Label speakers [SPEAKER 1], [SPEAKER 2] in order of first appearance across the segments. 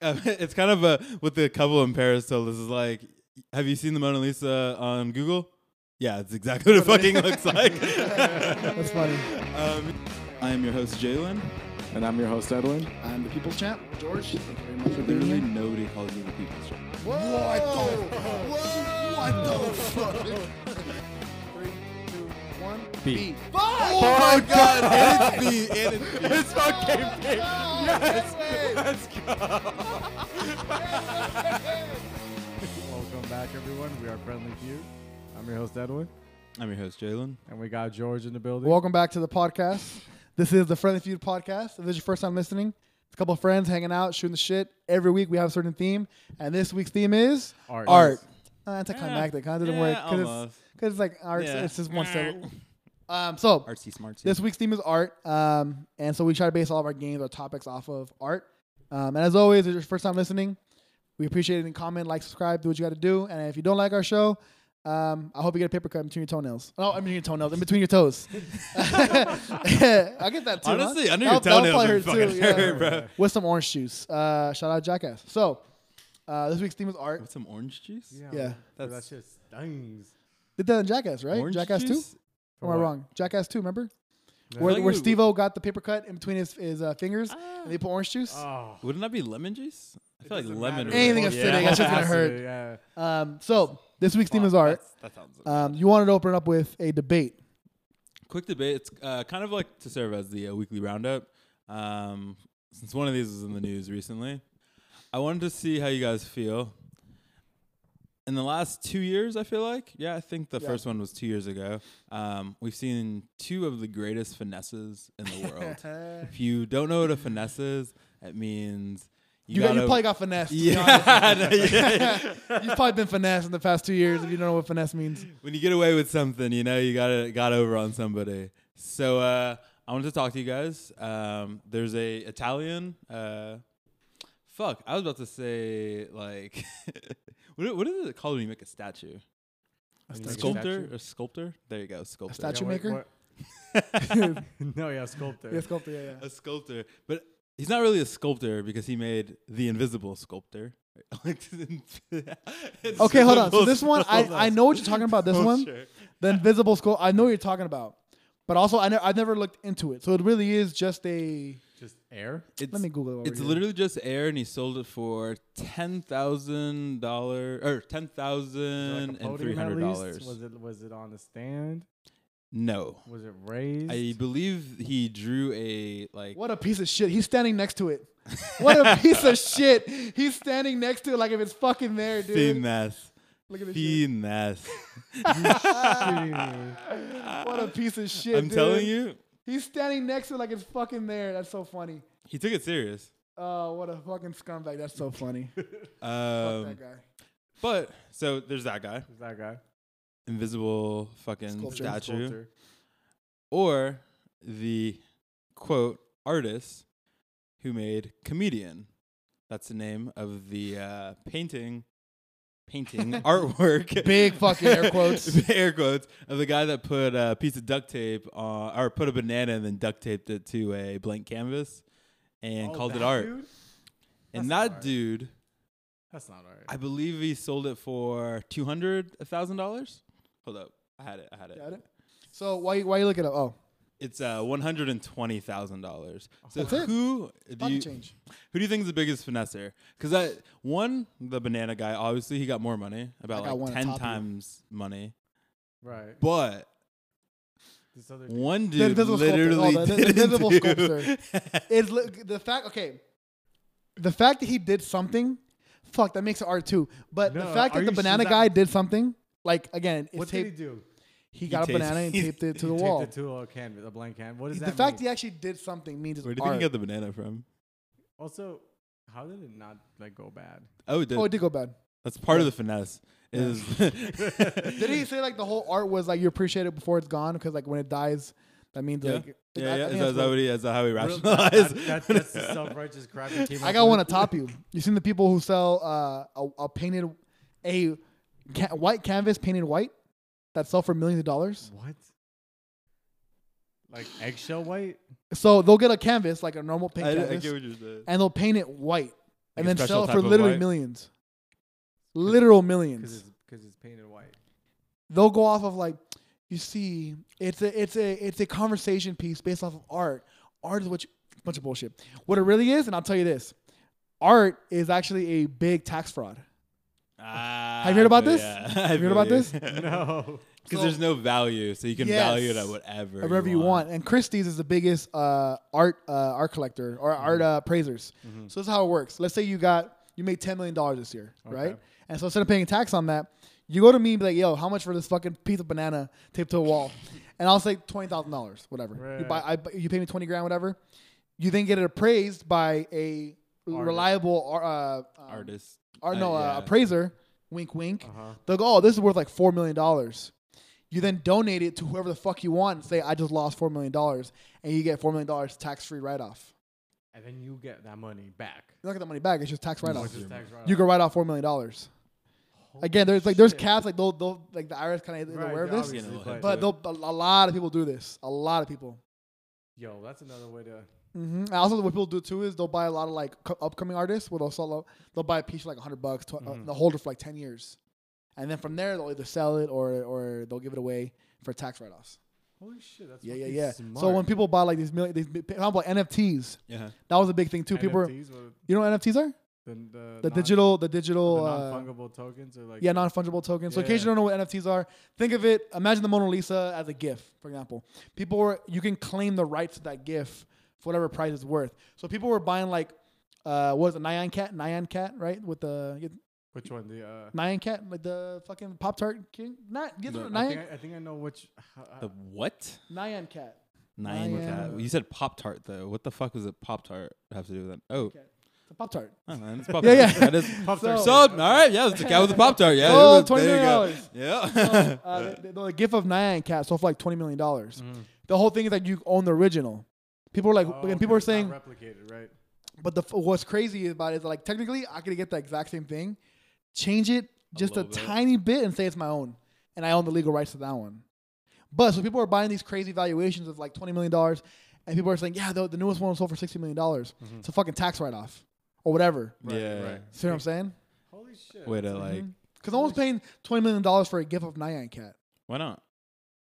[SPEAKER 1] Um, it's kind of a what the couple in Paris told us is like. Have you seen the Mona Lisa on Google? Yeah, it's exactly what it fucking looks like.
[SPEAKER 2] That's funny.
[SPEAKER 1] Um, I am your host Jalen.
[SPEAKER 3] And I'm your host, Edwin.
[SPEAKER 2] I'm the people's champ, George. Thank you very much for being
[SPEAKER 1] Literally
[SPEAKER 2] here.
[SPEAKER 1] nobody calls me the people's champ.
[SPEAKER 2] Whoa! What the fuck? What the fuck? Three, two, one.
[SPEAKER 3] B.
[SPEAKER 2] Oh,
[SPEAKER 1] my god, and it's me, and it's me.
[SPEAKER 3] It's fucking big. Yes. Let's go. Welcome back, everyone. We are Friendly Feud. I'm your host, Edwin.
[SPEAKER 1] I'm your host Jalen.
[SPEAKER 3] And we got George in the building.
[SPEAKER 2] Welcome back to the podcast. This is the Friendly Feud podcast. If this is your first time listening, it's a couple of friends hanging out, shooting the shit. Every week we have a certain theme, and this week's theme is
[SPEAKER 3] Art.
[SPEAKER 2] art. Uh, it's a climactic. Kind of didn't
[SPEAKER 1] Yeah,
[SPEAKER 2] work because
[SPEAKER 1] almost.
[SPEAKER 2] it's, 'cause it's like art.
[SPEAKER 1] Yeah.
[SPEAKER 2] It's just one syllable. Um, so
[SPEAKER 1] Artsy smartsy.
[SPEAKER 2] This week's theme is art, um, and so we try to base all of our games, our topics off of art. Um, and as always, if it's your first time listening, we appreciate it. And comment, like, subscribe, do what you got to do. And if you don't like our show, um, I hope you get a paper cut in between your toenails. No, in between your toenails, in between your toes. I get that too. huh?
[SPEAKER 1] Honestly, I under your
[SPEAKER 2] That- that'll
[SPEAKER 1] toenails are
[SPEAKER 2] probably hurt
[SPEAKER 1] fucking
[SPEAKER 2] too, yeah.
[SPEAKER 1] hurt, bro.
[SPEAKER 2] With some orange juice. Uh, shout out Jackass. So uh, this week's theme is art.
[SPEAKER 1] With some orange juice.
[SPEAKER 2] Yeah.
[SPEAKER 3] That's,
[SPEAKER 1] That's-
[SPEAKER 3] just stings.
[SPEAKER 2] Did that in Jackass, right? Jackass two. Or am I
[SPEAKER 3] What?
[SPEAKER 2] wrong? Jackass two. Remember?
[SPEAKER 3] No.
[SPEAKER 2] Where,
[SPEAKER 1] like
[SPEAKER 2] where
[SPEAKER 1] we-
[SPEAKER 2] Steve O got the paper cut in between his, his uh, fingers and they put orange juice.
[SPEAKER 3] Oh.
[SPEAKER 1] Wouldn't that be lemon juice? I feel like
[SPEAKER 3] doesn't
[SPEAKER 1] lemon. would-
[SPEAKER 3] matter.
[SPEAKER 2] Anything acidic, that's just gonna hurt.
[SPEAKER 3] Yeah.
[SPEAKER 2] Um, so this week's theme is art.
[SPEAKER 1] That's- That sounds.
[SPEAKER 2] Um, you wanted to open it up with a debate.
[SPEAKER 1] Quick debate. It's uh, kind of like to serve as the uh, weekly roundup. Um, since one of these was in the news recently, I wanted to see how you guys feel. In the last two years, I feel like, yeah, I think the
[SPEAKER 2] Yeah.
[SPEAKER 1] first one was two years ago. Um, we've seen two of the greatest finesses in the world. if you don't know what a finesse is, it means you,
[SPEAKER 2] You, got, you
[SPEAKER 1] gotta-
[SPEAKER 2] probably got finessed.
[SPEAKER 1] yeah, no, yeah.
[SPEAKER 2] You've probably been finessed in the past two years if you don't know what finesse means.
[SPEAKER 1] when you get away with something, you know you gotta got over on somebody. So uh, I wanted to talk to you guys. Um, there's a Italian. Uh, fuck, I was about to say like, what what is it called when you make a statue?
[SPEAKER 3] Like a
[SPEAKER 1] sculptor
[SPEAKER 3] statue?
[SPEAKER 1] or sculptor? There you go, sculptor.
[SPEAKER 2] statue. Statue
[SPEAKER 3] what-
[SPEAKER 2] maker?
[SPEAKER 3] what- no, yeah, sculptor.
[SPEAKER 2] Yeah, sculptor, yeah, yeah.
[SPEAKER 1] A sculptor, but he's not really a sculptor because he made the invisible sculptor.
[SPEAKER 2] Okay, hold on. So this one, I, I know what you're talking about. This one,
[SPEAKER 1] Sculpture.
[SPEAKER 2] the invisible skull. I know what you're talking about, but also I ne- I've never looked into it. So it really is just a.
[SPEAKER 3] Just air.
[SPEAKER 1] It's,
[SPEAKER 2] Let me Google it. while
[SPEAKER 1] It's
[SPEAKER 2] we're here.
[SPEAKER 1] literally just air, and he sold it for ten thousand dollars or ten
[SPEAKER 3] Like a
[SPEAKER 1] thousand and three
[SPEAKER 3] podium at
[SPEAKER 1] hundred
[SPEAKER 3] least?
[SPEAKER 1] dollars.
[SPEAKER 3] Was it was it on a stand?
[SPEAKER 1] No,
[SPEAKER 3] Was it raised?
[SPEAKER 1] I believe he drew a like.
[SPEAKER 2] What a piece of shit. He's standing next to it. What a piece of shit. He's standing next to it like if it's fucking there, dude.
[SPEAKER 1] Finesse.
[SPEAKER 2] Look at this. shit.
[SPEAKER 1] Finesse.
[SPEAKER 2] What a piece of shit.
[SPEAKER 1] I'm
[SPEAKER 2] dude.
[SPEAKER 1] telling you,
[SPEAKER 2] He's standing next to it like it's fucking there. That's so funny.
[SPEAKER 1] he took it serious.
[SPEAKER 2] Oh, what a fucking scumbag. That's so funny.
[SPEAKER 1] Um,
[SPEAKER 2] that guy.
[SPEAKER 1] but so there's that guy,
[SPEAKER 3] Who's that guy?
[SPEAKER 1] invisible fucking
[SPEAKER 2] Sculpture.
[SPEAKER 1] statue,
[SPEAKER 3] Sculptor.
[SPEAKER 1] or the quote artist who made comedian. That's the name of the uh, painting, painting artwork.
[SPEAKER 2] Big fucking air quotes.
[SPEAKER 1] air quotes of the guy that put a piece of duct tape on, or put a banana and then duct taped it to a blank canvas and
[SPEAKER 3] Oh,
[SPEAKER 1] called it
[SPEAKER 3] that
[SPEAKER 1] art.
[SPEAKER 3] dude?
[SPEAKER 1] And
[SPEAKER 3] That's
[SPEAKER 1] that
[SPEAKER 3] art.
[SPEAKER 1] dude,
[SPEAKER 3] That's not art.
[SPEAKER 1] I believe he sold it for two hundred thousand dollars. Hold up, I had it. I had it.
[SPEAKER 2] Got it? So why you, why you looking up? Oh,
[SPEAKER 1] It's uh one hundred and twenty thousand dollars. So
[SPEAKER 2] That's it.
[SPEAKER 1] who do
[SPEAKER 2] pocket
[SPEAKER 1] you
[SPEAKER 2] change.
[SPEAKER 1] who do you think is the biggest finesser? Because I one the banana guy obviously he got more money about
[SPEAKER 2] I got
[SPEAKER 1] like
[SPEAKER 2] one to
[SPEAKER 1] ten
[SPEAKER 2] top you.
[SPEAKER 1] times money,
[SPEAKER 3] right.
[SPEAKER 1] but
[SPEAKER 3] This other dude.
[SPEAKER 1] One
[SPEAKER 2] The
[SPEAKER 1] dude
[SPEAKER 2] invisible sculptor.
[SPEAKER 1] literally
[SPEAKER 2] Oh, the- the
[SPEAKER 1] didn't
[SPEAKER 2] invisible
[SPEAKER 1] do-
[SPEAKER 2] sculptor. It's li- the fact. Okay, the fact that he did something. Fuck, that makes it art too. But the
[SPEAKER 3] No,
[SPEAKER 2] fact
[SPEAKER 3] are
[SPEAKER 2] that the
[SPEAKER 3] you-
[SPEAKER 2] banana
[SPEAKER 3] is that-
[SPEAKER 2] guy did something. Like again, it's
[SPEAKER 3] What
[SPEAKER 2] taped,
[SPEAKER 3] did he do?
[SPEAKER 2] he, got
[SPEAKER 1] taped-
[SPEAKER 2] a banana and
[SPEAKER 1] he-
[SPEAKER 2] taped it to the
[SPEAKER 3] he
[SPEAKER 2] wall.
[SPEAKER 3] Taped it to a canvas, a blank canvas. What does
[SPEAKER 2] the
[SPEAKER 3] that
[SPEAKER 2] fact
[SPEAKER 3] mean?
[SPEAKER 2] he actually did something means it's
[SPEAKER 1] Where do you think
[SPEAKER 2] art.
[SPEAKER 1] he got the banana from?
[SPEAKER 3] Also, how did it not like go bad?
[SPEAKER 1] Oh, it did.
[SPEAKER 2] oh, it did go bad.
[SPEAKER 1] That's part of the finesse. Is
[SPEAKER 2] Did he say like the whole art was like you appreciate it before it's gone because like when it dies, that means
[SPEAKER 1] yeah, yeah,
[SPEAKER 2] like I- I
[SPEAKER 1] yeah.
[SPEAKER 2] think
[SPEAKER 1] Is that,
[SPEAKER 2] that's
[SPEAKER 1] is that
[SPEAKER 2] what-
[SPEAKER 1] what he? Is that how he
[SPEAKER 3] Real- that- that-
[SPEAKER 1] rationalized?
[SPEAKER 3] that- that's the self-righteous crap that came
[SPEAKER 2] I
[SPEAKER 3] up
[SPEAKER 2] got
[SPEAKER 3] with.
[SPEAKER 2] one to top you. You seen the people who sell uh, a, a painted a ca- white canvas painted white that sell for millions of dollars.
[SPEAKER 3] What? Like eggshell white?
[SPEAKER 2] So they'll get a canvas like a normal pink
[SPEAKER 1] I, I
[SPEAKER 2] canvas,
[SPEAKER 1] get what you're saying.
[SPEAKER 2] and they'll paint it white.
[SPEAKER 1] Like a
[SPEAKER 2] and then
[SPEAKER 1] special
[SPEAKER 2] sell it
[SPEAKER 1] type
[SPEAKER 2] for
[SPEAKER 1] of
[SPEAKER 2] literally
[SPEAKER 1] white?
[SPEAKER 2] millions, literal
[SPEAKER 3] because
[SPEAKER 2] millions.
[SPEAKER 3] it's because it's painted white.
[SPEAKER 2] They'll go off of like, you see, it's a it's a it's a conversation piece based off of art. Art is which bunch of bullshit. What it really is, and I'll tell you this, art is actually a big tax fraud.
[SPEAKER 1] Ah,
[SPEAKER 2] Have you heard about
[SPEAKER 1] I feel
[SPEAKER 2] this?
[SPEAKER 1] ya. I
[SPEAKER 2] Have you
[SPEAKER 1] feel
[SPEAKER 2] heard about
[SPEAKER 1] ya.
[SPEAKER 2] this?
[SPEAKER 3] No,
[SPEAKER 1] Because there's no value, so you can
[SPEAKER 2] Yes.
[SPEAKER 1] value it at whatever.
[SPEAKER 2] wherever you want. And Christie's is the biggest uh, art uh, art collector or art uh, appraisers. So this is how it works. Let's say you got you made ten million dollars this year, right? And so instead of paying tax on that, you go to me and be like, "Yo, how much for this fucking piece of banana taped to a wall?" and I'll say twenty thousand dollars, whatever. You buy, I, you pay me twenty grand, whatever. You then get it appraised by a reliable uh, uh, um,
[SPEAKER 1] Artist.
[SPEAKER 2] or
[SPEAKER 1] Uh,
[SPEAKER 2] no, uh,
[SPEAKER 1] yeah.
[SPEAKER 2] appraiser, wink, wink.
[SPEAKER 3] Uh-huh.
[SPEAKER 2] They'll go, oh, this is worth like $4 million. You then donate it to whoever the fuck you want and say, I just lost $4 million. And you get $4 million tax free write off.
[SPEAKER 3] and then you get that money back.
[SPEAKER 2] You don't get the money back, it's just tax write
[SPEAKER 3] Oh,
[SPEAKER 2] off.
[SPEAKER 3] it's just tax write-off.
[SPEAKER 2] You can write off $4 million.
[SPEAKER 3] Holy
[SPEAKER 2] Again, there's like, there's
[SPEAKER 3] shit.
[SPEAKER 2] caps, like, they'll, they'll, like, the IRS kind of is
[SPEAKER 3] Right, oh,
[SPEAKER 2] aware of
[SPEAKER 3] yeah,
[SPEAKER 2] this.
[SPEAKER 1] obviously.
[SPEAKER 3] obviously,
[SPEAKER 2] But they'll, a, a lot of people do this. A lot of people.
[SPEAKER 3] yo, that's another way to.
[SPEAKER 2] hmm Also, what people do too is they'll buy a lot of like co- upcoming artists where they'll sell. They'll buy a piece for like hundred bucks. Tw-
[SPEAKER 3] Mm-hmm.
[SPEAKER 2] uh, they'll hold it for like ten years, and then from there they'll either sell it or or they'll give it away for tax write-offs.
[SPEAKER 3] Holy shit, that's
[SPEAKER 2] Yeah, yeah,
[SPEAKER 3] fucking
[SPEAKER 2] yeah.
[SPEAKER 3] Smart.
[SPEAKER 2] So when people buy like these million, these big- for example, NFTs,
[SPEAKER 1] Yeah.
[SPEAKER 2] that was a big thing too. People, were,
[SPEAKER 3] NFTs were
[SPEAKER 2] you know what NFTs are?
[SPEAKER 3] the, the,
[SPEAKER 2] The
[SPEAKER 3] non-
[SPEAKER 2] digital, the
[SPEAKER 3] the
[SPEAKER 2] digital, uh,
[SPEAKER 3] non-fungible tokens or like
[SPEAKER 2] yeah, non-fungible tokens. So in
[SPEAKER 3] Yeah.
[SPEAKER 2] case you don't know what NFTs are, think of it. Imagine the Mona Lisa as a GIF, for example. People were you can claim the rights to that GIF for whatever price it's worth. So people were buying like, uh, what was it Nyan Cat? Nyan Cat, right? With the
[SPEAKER 3] which one the uh,
[SPEAKER 2] Nyan Cat, like the fucking Pop Tart King. Not get
[SPEAKER 1] The-
[SPEAKER 2] the,
[SPEAKER 3] I,
[SPEAKER 2] Nyan,
[SPEAKER 3] think I, I think I know which
[SPEAKER 1] The what?
[SPEAKER 2] Nyan Cat.
[SPEAKER 1] Nine
[SPEAKER 2] Nyan.
[SPEAKER 1] cat. You said Pop Tart though. What the fuck was it Pop Tart have to do with that? Oh,
[SPEAKER 2] Cat. It's a Pop Tart.
[SPEAKER 1] oh man, it's Pop Tart.
[SPEAKER 2] Yeah, yeah.
[SPEAKER 1] That is
[SPEAKER 3] Pop
[SPEAKER 2] So-
[SPEAKER 3] Tart.
[SPEAKER 1] So, all right, yeah, it's the cat with the Pop Tart. Yeah,
[SPEAKER 2] Oh,
[SPEAKER 1] it was- there you go.
[SPEAKER 2] $29.
[SPEAKER 1] Yeah.
[SPEAKER 2] uh, the, the, the GIF of Nyan Cat sold for like twenty million dollars. The whole thing is that you own the original. People are like,
[SPEAKER 3] Mm-hmm. Oh,
[SPEAKER 2] and
[SPEAKER 3] 'cause
[SPEAKER 2] people are
[SPEAKER 3] it's not
[SPEAKER 2] saying,
[SPEAKER 3] replicated, right?
[SPEAKER 2] But the f- what's crazy about it is like technically I could get the exact same thing, change it just a,
[SPEAKER 1] little bit.
[SPEAKER 2] tiny bit and say it's my own, and I own the legal rights to that one. But so people are buying these crazy valuations of like twenty million dollars, and people are saying, yeah, the, the newest one sold for sixty million dollars.
[SPEAKER 1] Mm-hmm.
[SPEAKER 2] It's a fucking tax write off or whatever.
[SPEAKER 3] Right,
[SPEAKER 1] yeah.
[SPEAKER 3] right.
[SPEAKER 2] See what I'm saying?
[SPEAKER 3] Holy shit.
[SPEAKER 1] Way
[SPEAKER 2] uh,
[SPEAKER 1] to like.
[SPEAKER 2] Because no one's paying twenty million dollars for a gift of Nyan Cat.
[SPEAKER 1] Why not?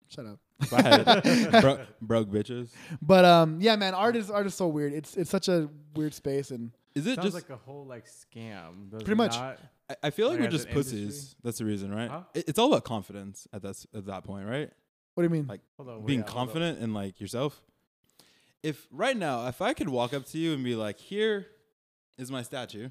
[SPEAKER 2] Shut up.
[SPEAKER 1] If I had it. Bro- broke bitches.
[SPEAKER 2] But um, yeah, man, art is art is so weird. It's it's such a weird space, and
[SPEAKER 1] Is it
[SPEAKER 3] Sounds
[SPEAKER 1] just?
[SPEAKER 3] like a whole like scam. Does
[SPEAKER 2] Pretty
[SPEAKER 3] it
[SPEAKER 2] much.
[SPEAKER 3] not-
[SPEAKER 1] I- I feel like
[SPEAKER 3] like
[SPEAKER 1] we're
[SPEAKER 3] as
[SPEAKER 1] just
[SPEAKER 3] an industry?
[SPEAKER 1] pussies. That's the reason, right?
[SPEAKER 3] Huh?
[SPEAKER 1] It- It's all about confidence at that s- at that point, right?
[SPEAKER 2] what do you mean?
[SPEAKER 1] Like
[SPEAKER 3] Hold on, wait,
[SPEAKER 1] being
[SPEAKER 3] yeah, hold on.
[SPEAKER 1] confident in like yourself. If right now, if I could walk up to you and be like, "Here is my statue,"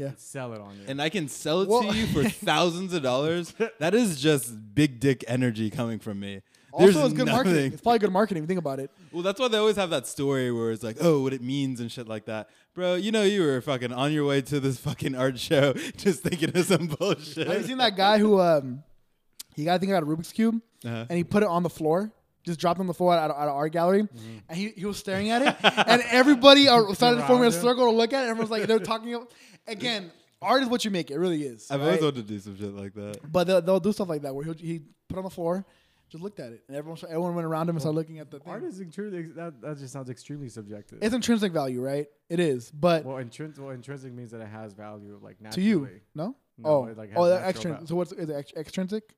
[SPEAKER 3] And Sell it on you.
[SPEAKER 1] and I can sell it
[SPEAKER 2] Well-
[SPEAKER 1] to you for thousands of dollars, that is just big dick energy coming from me. There's
[SPEAKER 2] also, it's good marketing. It's probably good marketing. If you think about it.
[SPEAKER 1] Well, that's why they always have that story where it's like, oh, what it means and shit like that. Bro, you know you were fucking on your way to this fucking art show just thinking of some bullshit.
[SPEAKER 2] Have you seen that guy who um he got I think he got a Rubik's cube
[SPEAKER 1] Uh-huh.
[SPEAKER 2] and he put it on the floor, just dropped it on the floor at, at an art gallery,
[SPEAKER 3] Mm-hmm.
[SPEAKER 2] and he, he was staring at it, and everybody uh, started forming a
[SPEAKER 3] Around him.
[SPEAKER 2] circle to look at it. And everyone's like they're talking about, again. Art is what you make. It really is.
[SPEAKER 1] I've
[SPEAKER 2] right?
[SPEAKER 1] always wanted to do some shit like that.
[SPEAKER 2] but they'll, they'll do stuff like that where he'll, he put it on the floor, just looked at it, and everyone everyone went around him and started looking at the thing.
[SPEAKER 3] Art is extremely that, that just sounds extremely subjective.
[SPEAKER 2] it's intrinsic value, right? It is, but
[SPEAKER 3] well, intrinsic well, intrinsic means that it has value like
[SPEAKER 2] to
[SPEAKER 3] naturally.
[SPEAKER 2] you, no.
[SPEAKER 3] No,
[SPEAKER 2] oh,
[SPEAKER 3] it, like, has
[SPEAKER 2] oh,
[SPEAKER 3] natural
[SPEAKER 2] extrinsic.
[SPEAKER 3] value.
[SPEAKER 2] So what's is it ext- extrinsic?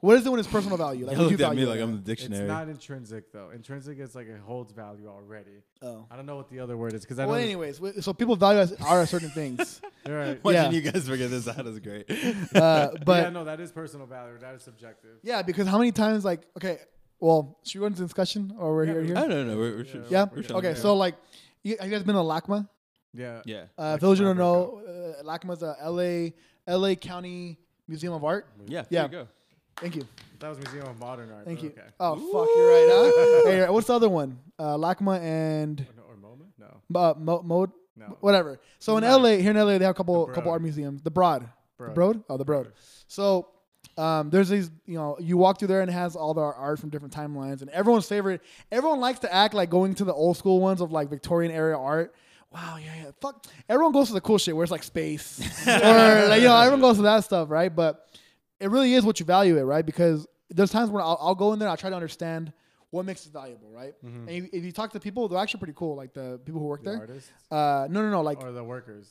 [SPEAKER 2] What is it when it's personal value? Like
[SPEAKER 1] They
[SPEAKER 2] what do
[SPEAKER 1] looked
[SPEAKER 2] you
[SPEAKER 1] at me
[SPEAKER 2] value
[SPEAKER 1] like
[SPEAKER 2] it
[SPEAKER 1] I'm
[SPEAKER 2] at?
[SPEAKER 1] the dictionary.
[SPEAKER 3] It's not intrinsic though. Intrinsic is like it holds value already.
[SPEAKER 2] Oh.
[SPEAKER 3] I don't know what the other word is because I
[SPEAKER 2] Well,
[SPEAKER 3] know
[SPEAKER 2] anyways, w- so people value us are certain things,
[SPEAKER 3] all right.
[SPEAKER 1] Watching
[SPEAKER 2] yeah.
[SPEAKER 1] you guys figure this out is great.
[SPEAKER 2] uh, but
[SPEAKER 3] yeah, no, that is personal value. That is subjective.
[SPEAKER 2] yeah, because how many times like okay, well, should we go into discussion or we're here?
[SPEAKER 1] I
[SPEAKER 2] here?
[SPEAKER 1] don't know. We're, we're shit-
[SPEAKER 2] Yeah.
[SPEAKER 1] we're shit
[SPEAKER 2] Okay,
[SPEAKER 1] like that.
[SPEAKER 2] so like, you, have you guys been to LACMA?
[SPEAKER 3] Yeah.
[SPEAKER 1] yeah.
[SPEAKER 2] Uh,
[SPEAKER 3] Lacma
[SPEAKER 2] for those who don't
[SPEAKER 3] Breakout.
[SPEAKER 2] know, uh, LACMA's a LA LA County Museum of Art.
[SPEAKER 1] Yeah. There
[SPEAKER 2] Yeah.
[SPEAKER 1] you go.
[SPEAKER 2] Thank you,
[SPEAKER 3] That was Museum of Modern Art.
[SPEAKER 2] thank you.
[SPEAKER 3] Okay.
[SPEAKER 2] Oh fuck, you're right. Huh? Hey, what's the other one? Uh, LACMA and
[SPEAKER 3] Or, no- or MoMA? No.
[SPEAKER 2] uh, Mo- Mode,
[SPEAKER 3] No.
[SPEAKER 2] whatever. So in
[SPEAKER 3] Nice.
[SPEAKER 2] LA, here in LA, they have a couple
[SPEAKER 3] The
[SPEAKER 2] couple
[SPEAKER 3] Broad.
[SPEAKER 2] art museums. The Broad, the
[SPEAKER 3] Broad.
[SPEAKER 2] Broad, oh the Broad. So um, there's these, you know, you walk through there and it has all the art from different timelines, and everyone's favorite. Everyone likes to act like going to the old school ones of like Victorian era art. Wow, yeah, yeah, fuck. Everyone goes to the cool shit where it's like space, or like, you know, everyone goes to that stuff, right? But it really is what you value it, right? Because there's times when I'll, I'll go in there, and I'll try to understand what makes it valuable, right?
[SPEAKER 3] Mhm.
[SPEAKER 2] And if, if you talk to people, they're actually pretty cool. Like the people who work
[SPEAKER 3] The
[SPEAKER 2] there.
[SPEAKER 3] artists
[SPEAKER 2] Uh, no, no, no. Like
[SPEAKER 3] or the workers.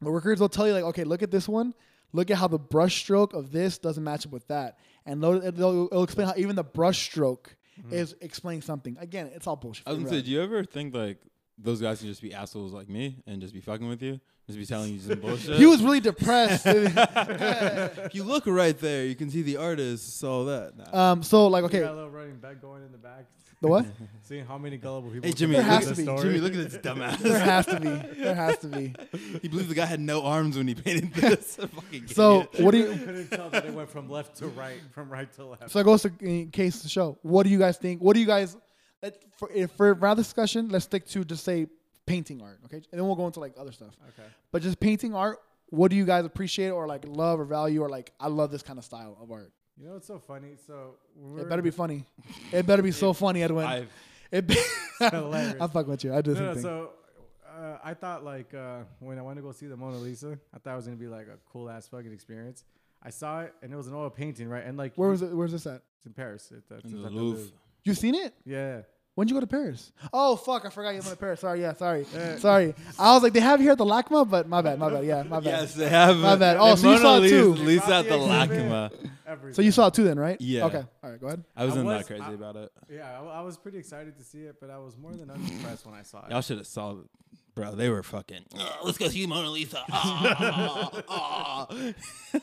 [SPEAKER 2] the workers will tell you like, okay, look at this one. Look at how the brush stroke of this doesn't match up with that, and they'll, they'll, it'll explain how even the brush stroke is explaining something. Again, it's all bullshit.
[SPEAKER 1] I was gonna
[SPEAKER 2] Right.
[SPEAKER 1] say, do you ever think like those guys can just be assholes like me and just be fucking with you, just be telling you some bullshit?
[SPEAKER 2] he was really depressed.
[SPEAKER 1] if you look right there, you can see the artists, all that. Nah.
[SPEAKER 2] um, so like,
[SPEAKER 3] Okay.
[SPEAKER 2] okay,
[SPEAKER 3] a little running back going in the back,
[SPEAKER 2] the what?
[SPEAKER 3] seeing how many gullible people.
[SPEAKER 1] hey
[SPEAKER 3] can
[SPEAKER 1] Jimmy,
[SPEAKER 2] There
[SPEAKER 1] look
[SPEAKER 2] has
[SPEAKER 1] at
[SPEAKER 2] to
[SPEAKER 1] this
[SPEAKER 2] be.
[SPEAKER 1] story. Jimmy, look at this dumbass.
[SPEAKER 2] There has to be. There has to be.
[SPEAKER 1] he believed the guy had no arms when he painted this. Fucking
[SPEAKER 2] So
[SPEAKER 1] idiot.
[SPEAKER 2] what do
[SPEAKER 3] I
[SPEAKER 2] you?
[SPEAKER 3] couldn't tell that it went from left to right, from right to left.
[SPEAKER 2] So it goes to uh, case to show. What do you guys think? What do you guys? let- For if for round discussion, let's stick to just say painting art, okay? And then we'll go into like other stuff.
[SPEAKER 3] okay.
[SPEAKER 2] But just painting art. What do you guys appreciate or like love or value or like? I love this kind of style of art.
[SPEAKER 3] You know what's so funny? So we're
[SPEAKER 2] It better be funny. It better be so funny, Edwin.
[SPEAKER 1] I've-
[SPEAKER 2] it be-
[SPEAKER 3] hilarious.
[SPEAKER 2] I fuck with you. I do the same
[SPEAKER 3] No, no,
[SPEAKER 2] thing.
[SPEAKER 3] so uh, I thought like uh, when I went to go see the Mona Lisa, I thought it was gonna be like a cool ass fucking experience. I saw it and it was an oil painting, right? And like
[SPEAKER 2] Where was
[SPEAKER 3] you-
[SPEAKER 2] it? Where's this at?
[SPEAKER 3] It's in Paris. It, that's
[SPEAKER 1] In
[SPEAKER 3] it's
[SPEAKER 1] the
[SPEAKER 3] at the
[SPEAKER 1] Louvre.
[SPEAKER 3] Louvre.
[SPEAKER 2] You've seen it?
[SPEAKER 3] Yeah.
[SPEAKER 2] When'd you go to Paris? Oh fuck, I forgot you went to Paris. Sorry, yeah, sorry,
[SPEAKER 3] Yeah.
[SPEAKER 2] sorry. I was like, they have here at the LACMA, but my bad, my bad, yeah, my bad.
[SPEAKER 1] Yes, they have.
[SPEAKER 2] My bad.
[SPEAKER 1] the
[SPEAKER 2] Oh, so you
[SPEAKER 1] Mona
[SPEAKER 2] saw it
[SPEAKER 1] Lisa,
[SPEAKER 2] too.
[SPEAKER 1] Lisa at the
[SPEAKER 3] Not the
[SPEAKER 1] Lacma.
[SPEAKER 3] Everything.
[SPEAKER 2] So you saw it too, then, right?
[SPEAKER 1] Yeah.
[SPEAKER 2] Okay. All right, go ahead.
[SPEAKER 1] I wasn't
[SPEAKER 3] I
[SPEAKER 1] that
[SPEAKER 3] was-
[SPEAKER 1] crazy
[SPEAKER 3] I-
[SPEAKER 1] about it.
[SPEAKER 3] Yeah, I, I was pretty excited to see it, but I was more than unimpressed when I saw
[SPEAKER 1] Y'all
[SPEAKER 3] it.
[SPEAKER 1] should have saw, bro. They were fucking. "Ugh, let's go see Mona Lisa. Ah, ah, ah."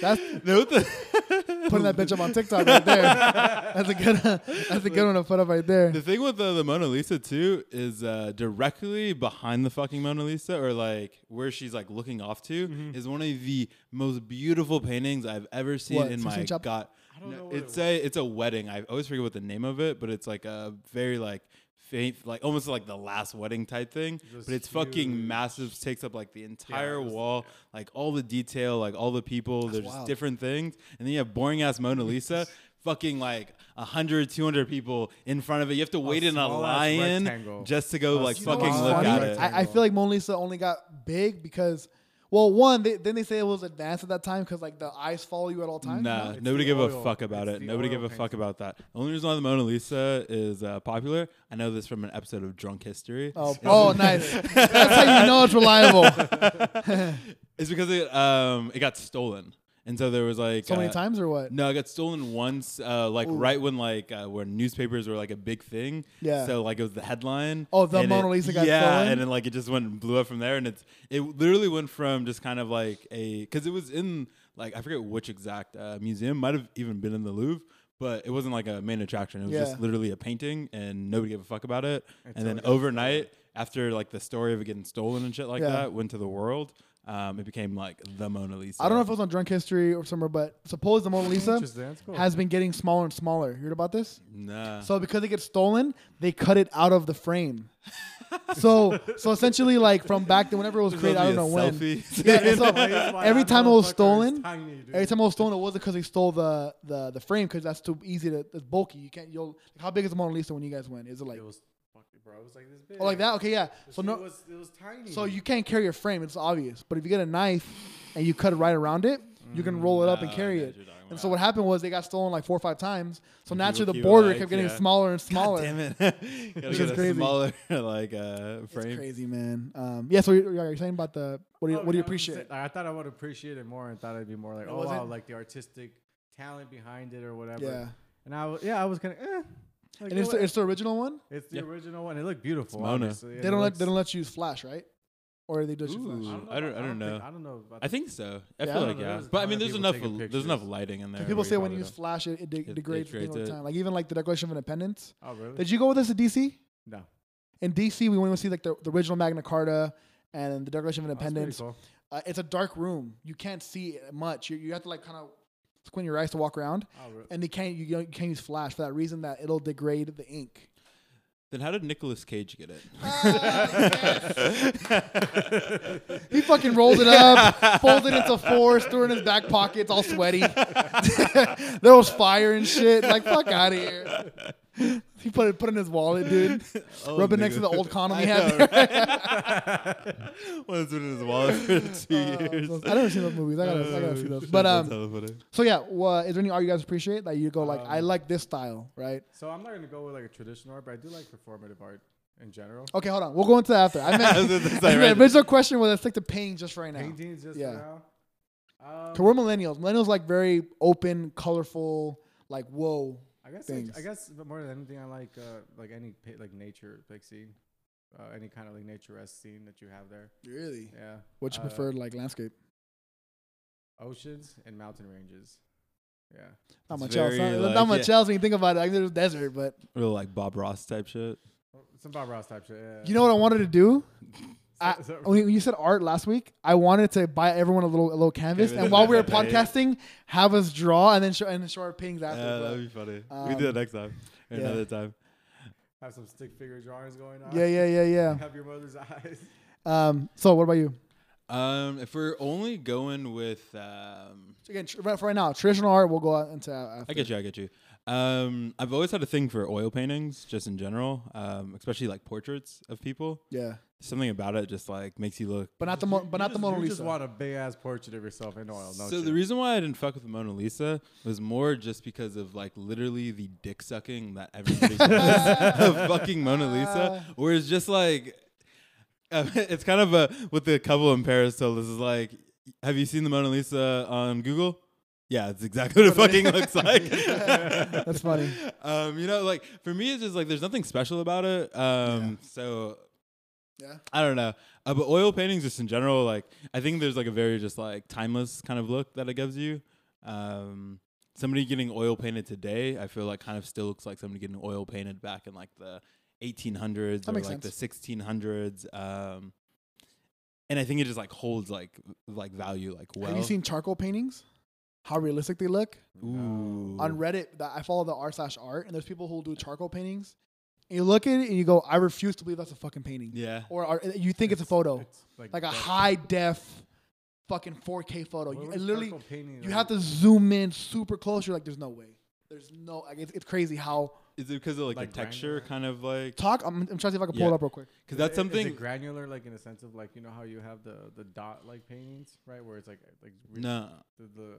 [SPEAKER 2] That's
[SPEAKER 1] No, what the-
[SPEAKER 2] putting that bitch up on TikTok right there. That's a good. That's a good one to put up right there.
[SPEAKER 1] The thing with the, the Mona Lisa too is uh, directly behind the fucking Mona Lisa, or like where she's like looking off to, is one of the most beautiful paintings I've ever seen
[SPEAKER 2] What,
[SPEAKER 1] in my
[SPEAKER 2] Sixteen Chapel?
[SPEAKER 1] god.
[SPEAKER 3] I don't
[SPEAKER 1] No,
[SPEAKER 3] know what it
[SPEAKER 1] it's a it's a wedding. I always forget what the name of it, but it's like a very like faint, like almost like the last wedding type thing.
[SPEAKER 3] was
[SPEAKER 1] but it's fucking
[SPEAKER 3] huge.
[SPEAKER 1] massive. Takes up like the entire
[SPEAKER 3] was-
[SPEAKER 1] wall, like all the detail, like all the people. There's
[SPEAKER 2] wild.
[SPEAKER 1] different things, and then you have boring ass Mona Lisa. Fucking like 100, 200 people in front of it. You have to wait in a
[SPEAKER 3] small-ass
[SPEAKER 1] line
[SPEAKER 3] rectangle.
[SPEAKER 1] just to go
[SPEAKER 3] A
[SPEAKER 1] like
[SPEAKER 3] You know
[SPEAKER 1] fucking
[SPEAKER 2] what's
[SPEAKER 1] look
[SPEAKER 2] funny?
[SPEAKER 1] at it.
[SPEAKER 2] I, I feel like Mona Lisa only got big because, well, one, they, then they say it was advanced at that time because like the eyes follow you at all times.
[SPEAKER 1] Nah,
[SPEAKER 3] It's
[SPEAKER 1] nobody
[SPEAKER 3] the
[SPEAKER 1] give a
[SPEAKER 3] oil.
[SPEAKER 1] fuck about
[SPEAKER 3] It's
[SPEAKER 1] it.
[SPEAKER 3] the
[SPEAKER 1] Nobody
[SPEAKER 3] oil
[SPEAKER 1] give a fuck
[SPEAKER 3] painting.
[SPEAKER 1] about that. The only reason why the Mona Lisa is uh, popular, I know this from an episode of Drunk History,
[SPEAKER 2] Oh, oh, nice. That's how you know it's reliable.
[SPEAKER 1] is because it um it got stolen, and so there was like
[SPEAKER 2] So many
[SPEAKER 1] uh,
[SPEAKER 2] times or what?
[SPEAKER 1] No, it got stolen once, uh, like right when like uh, when newspapers were like a big thing.
[SPEAKER 2] Yeah.
[SPEAKER 1] So like it was the headline.
[SPEAKER 2] Oh, the
[SPEAKER 1] and
[SPEAKER 2] Mona
[SPEAKER 1] it-
[SPEAKER 2] Lisa got
[SPEAKER 1] yeah,
[SPEAKER 2] stolen?
[SPEAKER 1] and then like it just went and blew up from there, and it's it literally went from just kind of like a because it was in like I forget which exact uh, museum might have even been in the Louvre. But it wasn't like a main attraction. It was
[SPEAKER 2] Yeah.
[SPEAKER 1] just literally a painting, and nobody gave a fuck about it. and
[SPEAKER 3] Until
[SPEAKER 1] then
[SPEAKER 3] it got
[SPEAKER 1] overnight, after like the story of it getting stolen and shit like
[SPEAKER 2] Yeah.
[SPEAKER 1] that went to the world, um, it became like the Mona Lisa.
[SPEAKER 2] I don't know if it was on Drunk History or somewhere, but suppose the Mona Lisa
[SPEAKER 3] Interesting. That's cool.
[SPEAKER 2] has been getting smaller and smaller. You heard about this?
[SPEAKER 1] nah.
[SPEAKER 2] So because it gets stolen, they cut it out of the frame. so so essentially, like from back then, whenever it was
[SPEAKER 1] There's
[SPEAKER 2] created, I don't
[SPEAKER 1] only
[SPEAKER 2] know
[SPEAKER 1] a
[SPEAKER 2] when.
[SPEAKER 1] selfie.
[SPEAKER 2] Yeah, and so
[SPEAKER 3] That's why
[SPEAKER 2] every
[SPEAKER 3] that
[SPEAKER 2] time it was
[SPEAKER 3] motherfucker is
[SPEAKER 2] stolen,
[SPEAKER 3] tiny, dude.
[SPEAKER 2] every time it was stolen, it wasn't because they stole the the, the frame because that's too easy to it's bulky. You can't you'll like, how big is the Mona Lisa when you guys went? Is it like
[SPEAKER 3] it was fucking bro. It was like this big.
[SPEAKER 2] oh like that? Okay, yeah. So
[SPEAKER 3] it
[SPEAKER 2] no,
[SPEAKER 3] was it was tiny.
[SPEAKER 2] so you can't carry a frame. It's obvious, but if you get a knife and you cut it right around it, you can roll it up and
[SPEAKER 1] Oh, I
[SPEAKER 2] carry
[SPEAKER 1] know what
[SPEAKER 2] it.
[SPEAKER 1] you're talking
[SPEAKER 2] And so
[SPEAKER 1] about.
[SPEAKER 2] what happened was they got stolen like four or five times. So naturally, the
[SPEAKER 1] keep
[SPEAKER 2] border
[SPEAKER 1] like,
[SPEAKER 2] kept getting
[SPEAKER 1] yeah.
[SPEAKER 2] smaller and
[SPEAKER 1] God
[SPEAKER 2] smaller.
[SPEAKER 1] damn it. Gotta
[SPEAKER 2] is
[SPEAKER 1] get a
[SPEAKER 2] crazy.
[SPEAKER 1] smaller like uh,
[SPEAKER 2] It's
[SPEAKER 1] frame.
[SPEAKER 2] crazy, man. Um, yeah, so you're, you're saying about the what do you,
[SPEAKER 3] Oh,
[SPEAKER 2] what
[SPEAKER 3] yeah,
[SPEAKER 2] do you
[SPEAKER 3] I was
[SPEAKER 2] appreciate?
[SPEAKER 3] gonna say, like, I thought I would appreciate it more and thought I'd be more like,
[SPEAKER 2] It
[SPEAKER 3] oh
[SPEAKER 2] wasn't?
[SPEAKER 3] wow, like the artistic talent behind it or whatever.
[SPEAKER 2] Yeah,
[SPEAKER 3] And I was, yeah, I was kind of, eh. Like,
[SPEAKER 2] and it's
[SPEAKER 3] what-
[SPEAKER 2] the, it's the original one.
[SPEAKER 3] it's the
[SPEAKER 1] Yeah.
[SPEAKER 3] original one. It looked beautiful.
[SPEAKER 1] It's Mona.
[SPEAKER 3] obviously, and
[SPEAKER 2] They
[SPEAKER 3] it
[SPEAKER 2] don't let
[SPEAKER 3] looks-
[SPEAKER 2] they don't let you use flash, right? Or they do let you
[SPEAKER 1] Ooh. I
[SPEAKER 2] flash.
[SPEAKER 1] don't-
[SPEAKER 3] about-
[SPEAKER 1] I don't
[SPEAKER 3] think-
[SPEAKER 1] know.
[SPEAKER 3] I don't know. About
[SPEAKER 1] I think so. I
[SPEAKER 2] Yeah, I
[SPEAKER 1] feel like
[SPEAKER 2] don't
[SPEAKER 3] know.
[SPEAKER 1] yeah.
[SPEAKER 3] There's
[SPEAKER 1] But I
[SPEAKER 3] other
[SPEAKER 1] mean, there's
[SPEAKER 3] people
[SPEAKER 1] enough
[SPEAKER 3] taking
[SPEAKER 1] there's enough
[SPEAKER 3] pictures.
[SPEAKER 1] lighting in there.
[SPEAKER 2] People
[SPEAKER 1] where
[SPEAKER 2] say when
[SPEAKER 1] probably
[SPEAKER 2] you use
[SPEAKER 1] don't-
[SPEAKER 2] flash, it, it, de-
[SPEAKER 1] it
[SPEAKER 2] degrades the thing
[SPEAKER 1] degrades
[SPEAKER 2] over
[SPEAKER 1] it.
[SPEAKER 2] time. Like even like the Declaration of Independence.
[SPEAKER 3] oh really?
[SPEAKER 2] Did you go with us to DC?
[SPEAKER 3] no. That's
[SPEAKER 2] In DC, we went to see like the, the original Magna Carta and the Declaration of
[SPEAKER 3] pretty
[SPEAKER 2] Independence.
[SPEAKER 3] cool.
[SPEAKER 2] uh, it's a dark room. You can't see much. You, you have to like kind of squint your eyes to walk around,
[SPEAKER 3] Oh, really?
[SPEAKER 2] and they can't you, you can't use flash for that reason that it'll degrade the ink.
[SPEAKER 1] Then how did Nicolas Cage get it?
[SPEAKER 2] He fucking rolled it up, folded it into fours, threw it in his back pockets, all sweaty. there was fire and shit. Like, fuck out of here. He put it put it in his wallet, dude.
[SPEAKER 1] Oh,
[SPEAKER 2] Rub it next
[SPEAKER 1] nigga.
[SPEAKER 2] to the old condom he
[SPEAKER 1] I
[SPEAKER 2] had.
[SPEAKER 1] know,
[SPEAKER 2] there.
[SPEAKER 1] right? well, it's been in his wallet for two years.
[SPEAKER 2] I've never seen those movies. Oh, I gotta, I gotta see those. But um, so yeah, well, is there any art you guys appreciate that you go like, I
[SPEAKER 3] Um,
[SPEAKER 2] like this style, right?
[SPEAKER 3] So I'm not gonna go with like a traditional art, but I do like performative art in general.
[SPEAKER 2] Okay, hold on. We'll go into that after. I
[SPEAKER 1] I was
[SPEAKER 2] meant
[SPEAKER 1] gonna say,
[SPEAKER 2] I meant-
[SPEAKER 1] right?
[SPEAKER 2] original question was let's stick to painting just right now.
[SPEAKER 3] Paintings just
[SPEAKER 2] Yeah.
[SPEAKER 3] yeah. now. Um,
[SPEAKER 2] 'Cause we're millennials. Millennials like very open, colorful, like whoa.
[SPEAKER 3] I guess
[SPEAKER 2] things.
[SPEAKER 3] I, I guess but more than anything, I like uh, like any pa- like nature like scene, uh, any kind of like naturesque scene that you have there.
[SPEAKER 2] Really?
[SPEAKER 3] Yeah.
[SPEAKER 2] What you
[SPEAKER 3] Uh,
[SPEAKER 2] prefer, like landscape?
[SPEAKER 3] Oceans and mountain ranges. Yeah.
[SPEAKER 2] Not
[SPEAKER 1] it's
[SPEAKER 2] much else.
[SPEAKER 1] very,
[SPEAKER 2] Not,
[SPEAKER 1] like,
[SPEAKER 2] not much
[SPEAKER 1] yeah.
[SPEAKER 2] else when you think about it. Like, there's desert, but
[SPEAKER 1] Real like Bob Ross type shit.
[SPEAKER 3] Well, Some Bob Ross type shit. Yeah.
[SPEAKER 2] you know what I wanted to do? I,
[SPEAKER 3] So- so-
[SPEAKER 2] when you said art last week, I wanted to buy everyone a little a little canvas,
[SPEAKER 1] Canvas.
[SPEAKER 2] and while we were
[SPEAKER 1] Yeah, yeah.
[SPEAKER 2] podcasting, have us draw and then show and then show our paintings after.
[SPEAKER 1] Yeah,
[SPEAKER 2] but-
[SPEAKER 1] that'd be funny. we do
[SPEAKER 2] um,
[SPEAKER 1] it next time. Or
[SPEAKER 2] yeah.
[SPEAKER 1] Another time.
[SPEAKER 3] have some stick figure drawings going on.
[SPEAKER 2] yeah, yeah, yeah,
[SPEAKER 3] Have your mother's eyes.
[SPEAKER 2] yeah. Um, so what about you?
[SPEAKER 1] Um, if we're only going with, um,
[SPEAKER 2] So again, tr- right- for right now, traditional art. We'll go out into uh, after.
[SPEAKER 1] I get you, I get you. Um, I've always had a thing for oil paintings, just in general, um, especially like portraits of people.
[SPEAKER 2] Yeah,
[SPEAKER 1] Something about it just like makes you look
[SPEAKER 2] but not the mo- but not
[SPEAKER 3] You
[SPEAKER 2] the
[SPEAKER 3] just-
[SPEAKER 2] Mona
[SPEAKER 3] You just
[SPEAKER 2] Lisa.
[SPEAKER 3] want a big ass portrait of yourself in oil. No
[SPEAKER 1] so the
[SPEAKER 3] shit.
[SPEAKER 1] reason why I didn't fuck with the Mona Lisa was more just because of like literally the dick sucking that everybody does of fucking Mona Lisa, where it's just like uh, it's kind of a what the couple in Paris told us is like, have you seen the Mona Lisa on Google? Yeah, it's exactly what it fucking looks like.
[SPEAKER 2] That's funny.
[SPEAKER 1] um, you know, like for me, it's just like there's nothing special about it. Um, so
[SPEAKER 2] Yeah.
[SPEAKER 1] I don't know. Uh, but oil paintings, just in general, like I think there's like a very just like timeless kind of look that it gives you. Um, somebody getting oil painted today, I feel like kind of still looks like somebody getting oil painted back in like the 1800s
[SPEAKER 2] That
[SPEAKER 1] or like
[SPEAKER 2] makes
[SPEAKER 1] the 1600s. Um, and I think it just like holds like v- like value like well.
[SPEAKER 2] Have you seen charcoal paintings? How realistic they look
[SPEAKER 1] Ooh.
[SPEAKER 2] on Reddit. That I follow the r slash art, and there's people who do charcoal paintings. And you look at it and you go, I refuse to believe that's a fucking painting.
[SPEAKER 1] yeah.
[SPEAKER 2] Or, or you think it's, a photo.
[SPEAKER 3] It's
[SPEAKER 2] like a
[SPEAKER 3] that-
[SPEAKER 2] high def fucking 4K photo.
[SPEAKER 3] What
[SPEAKER 2] You,
[SPEAKER 3] was
[SPEAKER 2] it literally,
[SPEAKER 3] charcoal painting
[SPEAKER 2] you
[SPEAKER 3] like-
[SPEAKER 2] have to zoom in super close. You're like, there's no way. There's no, like, it's, it's crazy how.
[SPEAKER 1] Is it because of like,
[SPEAKER 3] Like
[SPEAKER 1] the texture,
[SPEAKER 3] granular.
[SPEAKER 1] kind of like?
[SPEAKER 2] Talk, I'm, I'm trying to see if I can pull it
[SPEAKER 1] Yeah.
[SPEAKER 2] up real quick.
[SPEAKER 1] Because that's
[SPEAKER 3] Is it- Is
[SPEAKER 1] something.
[SPEAKER 3] it granular, like in the sense of like you know how you have the the dot like paintings, right? Where it's like like re-
[SPEAKER 1] No,
[SPEAKER 3] the, the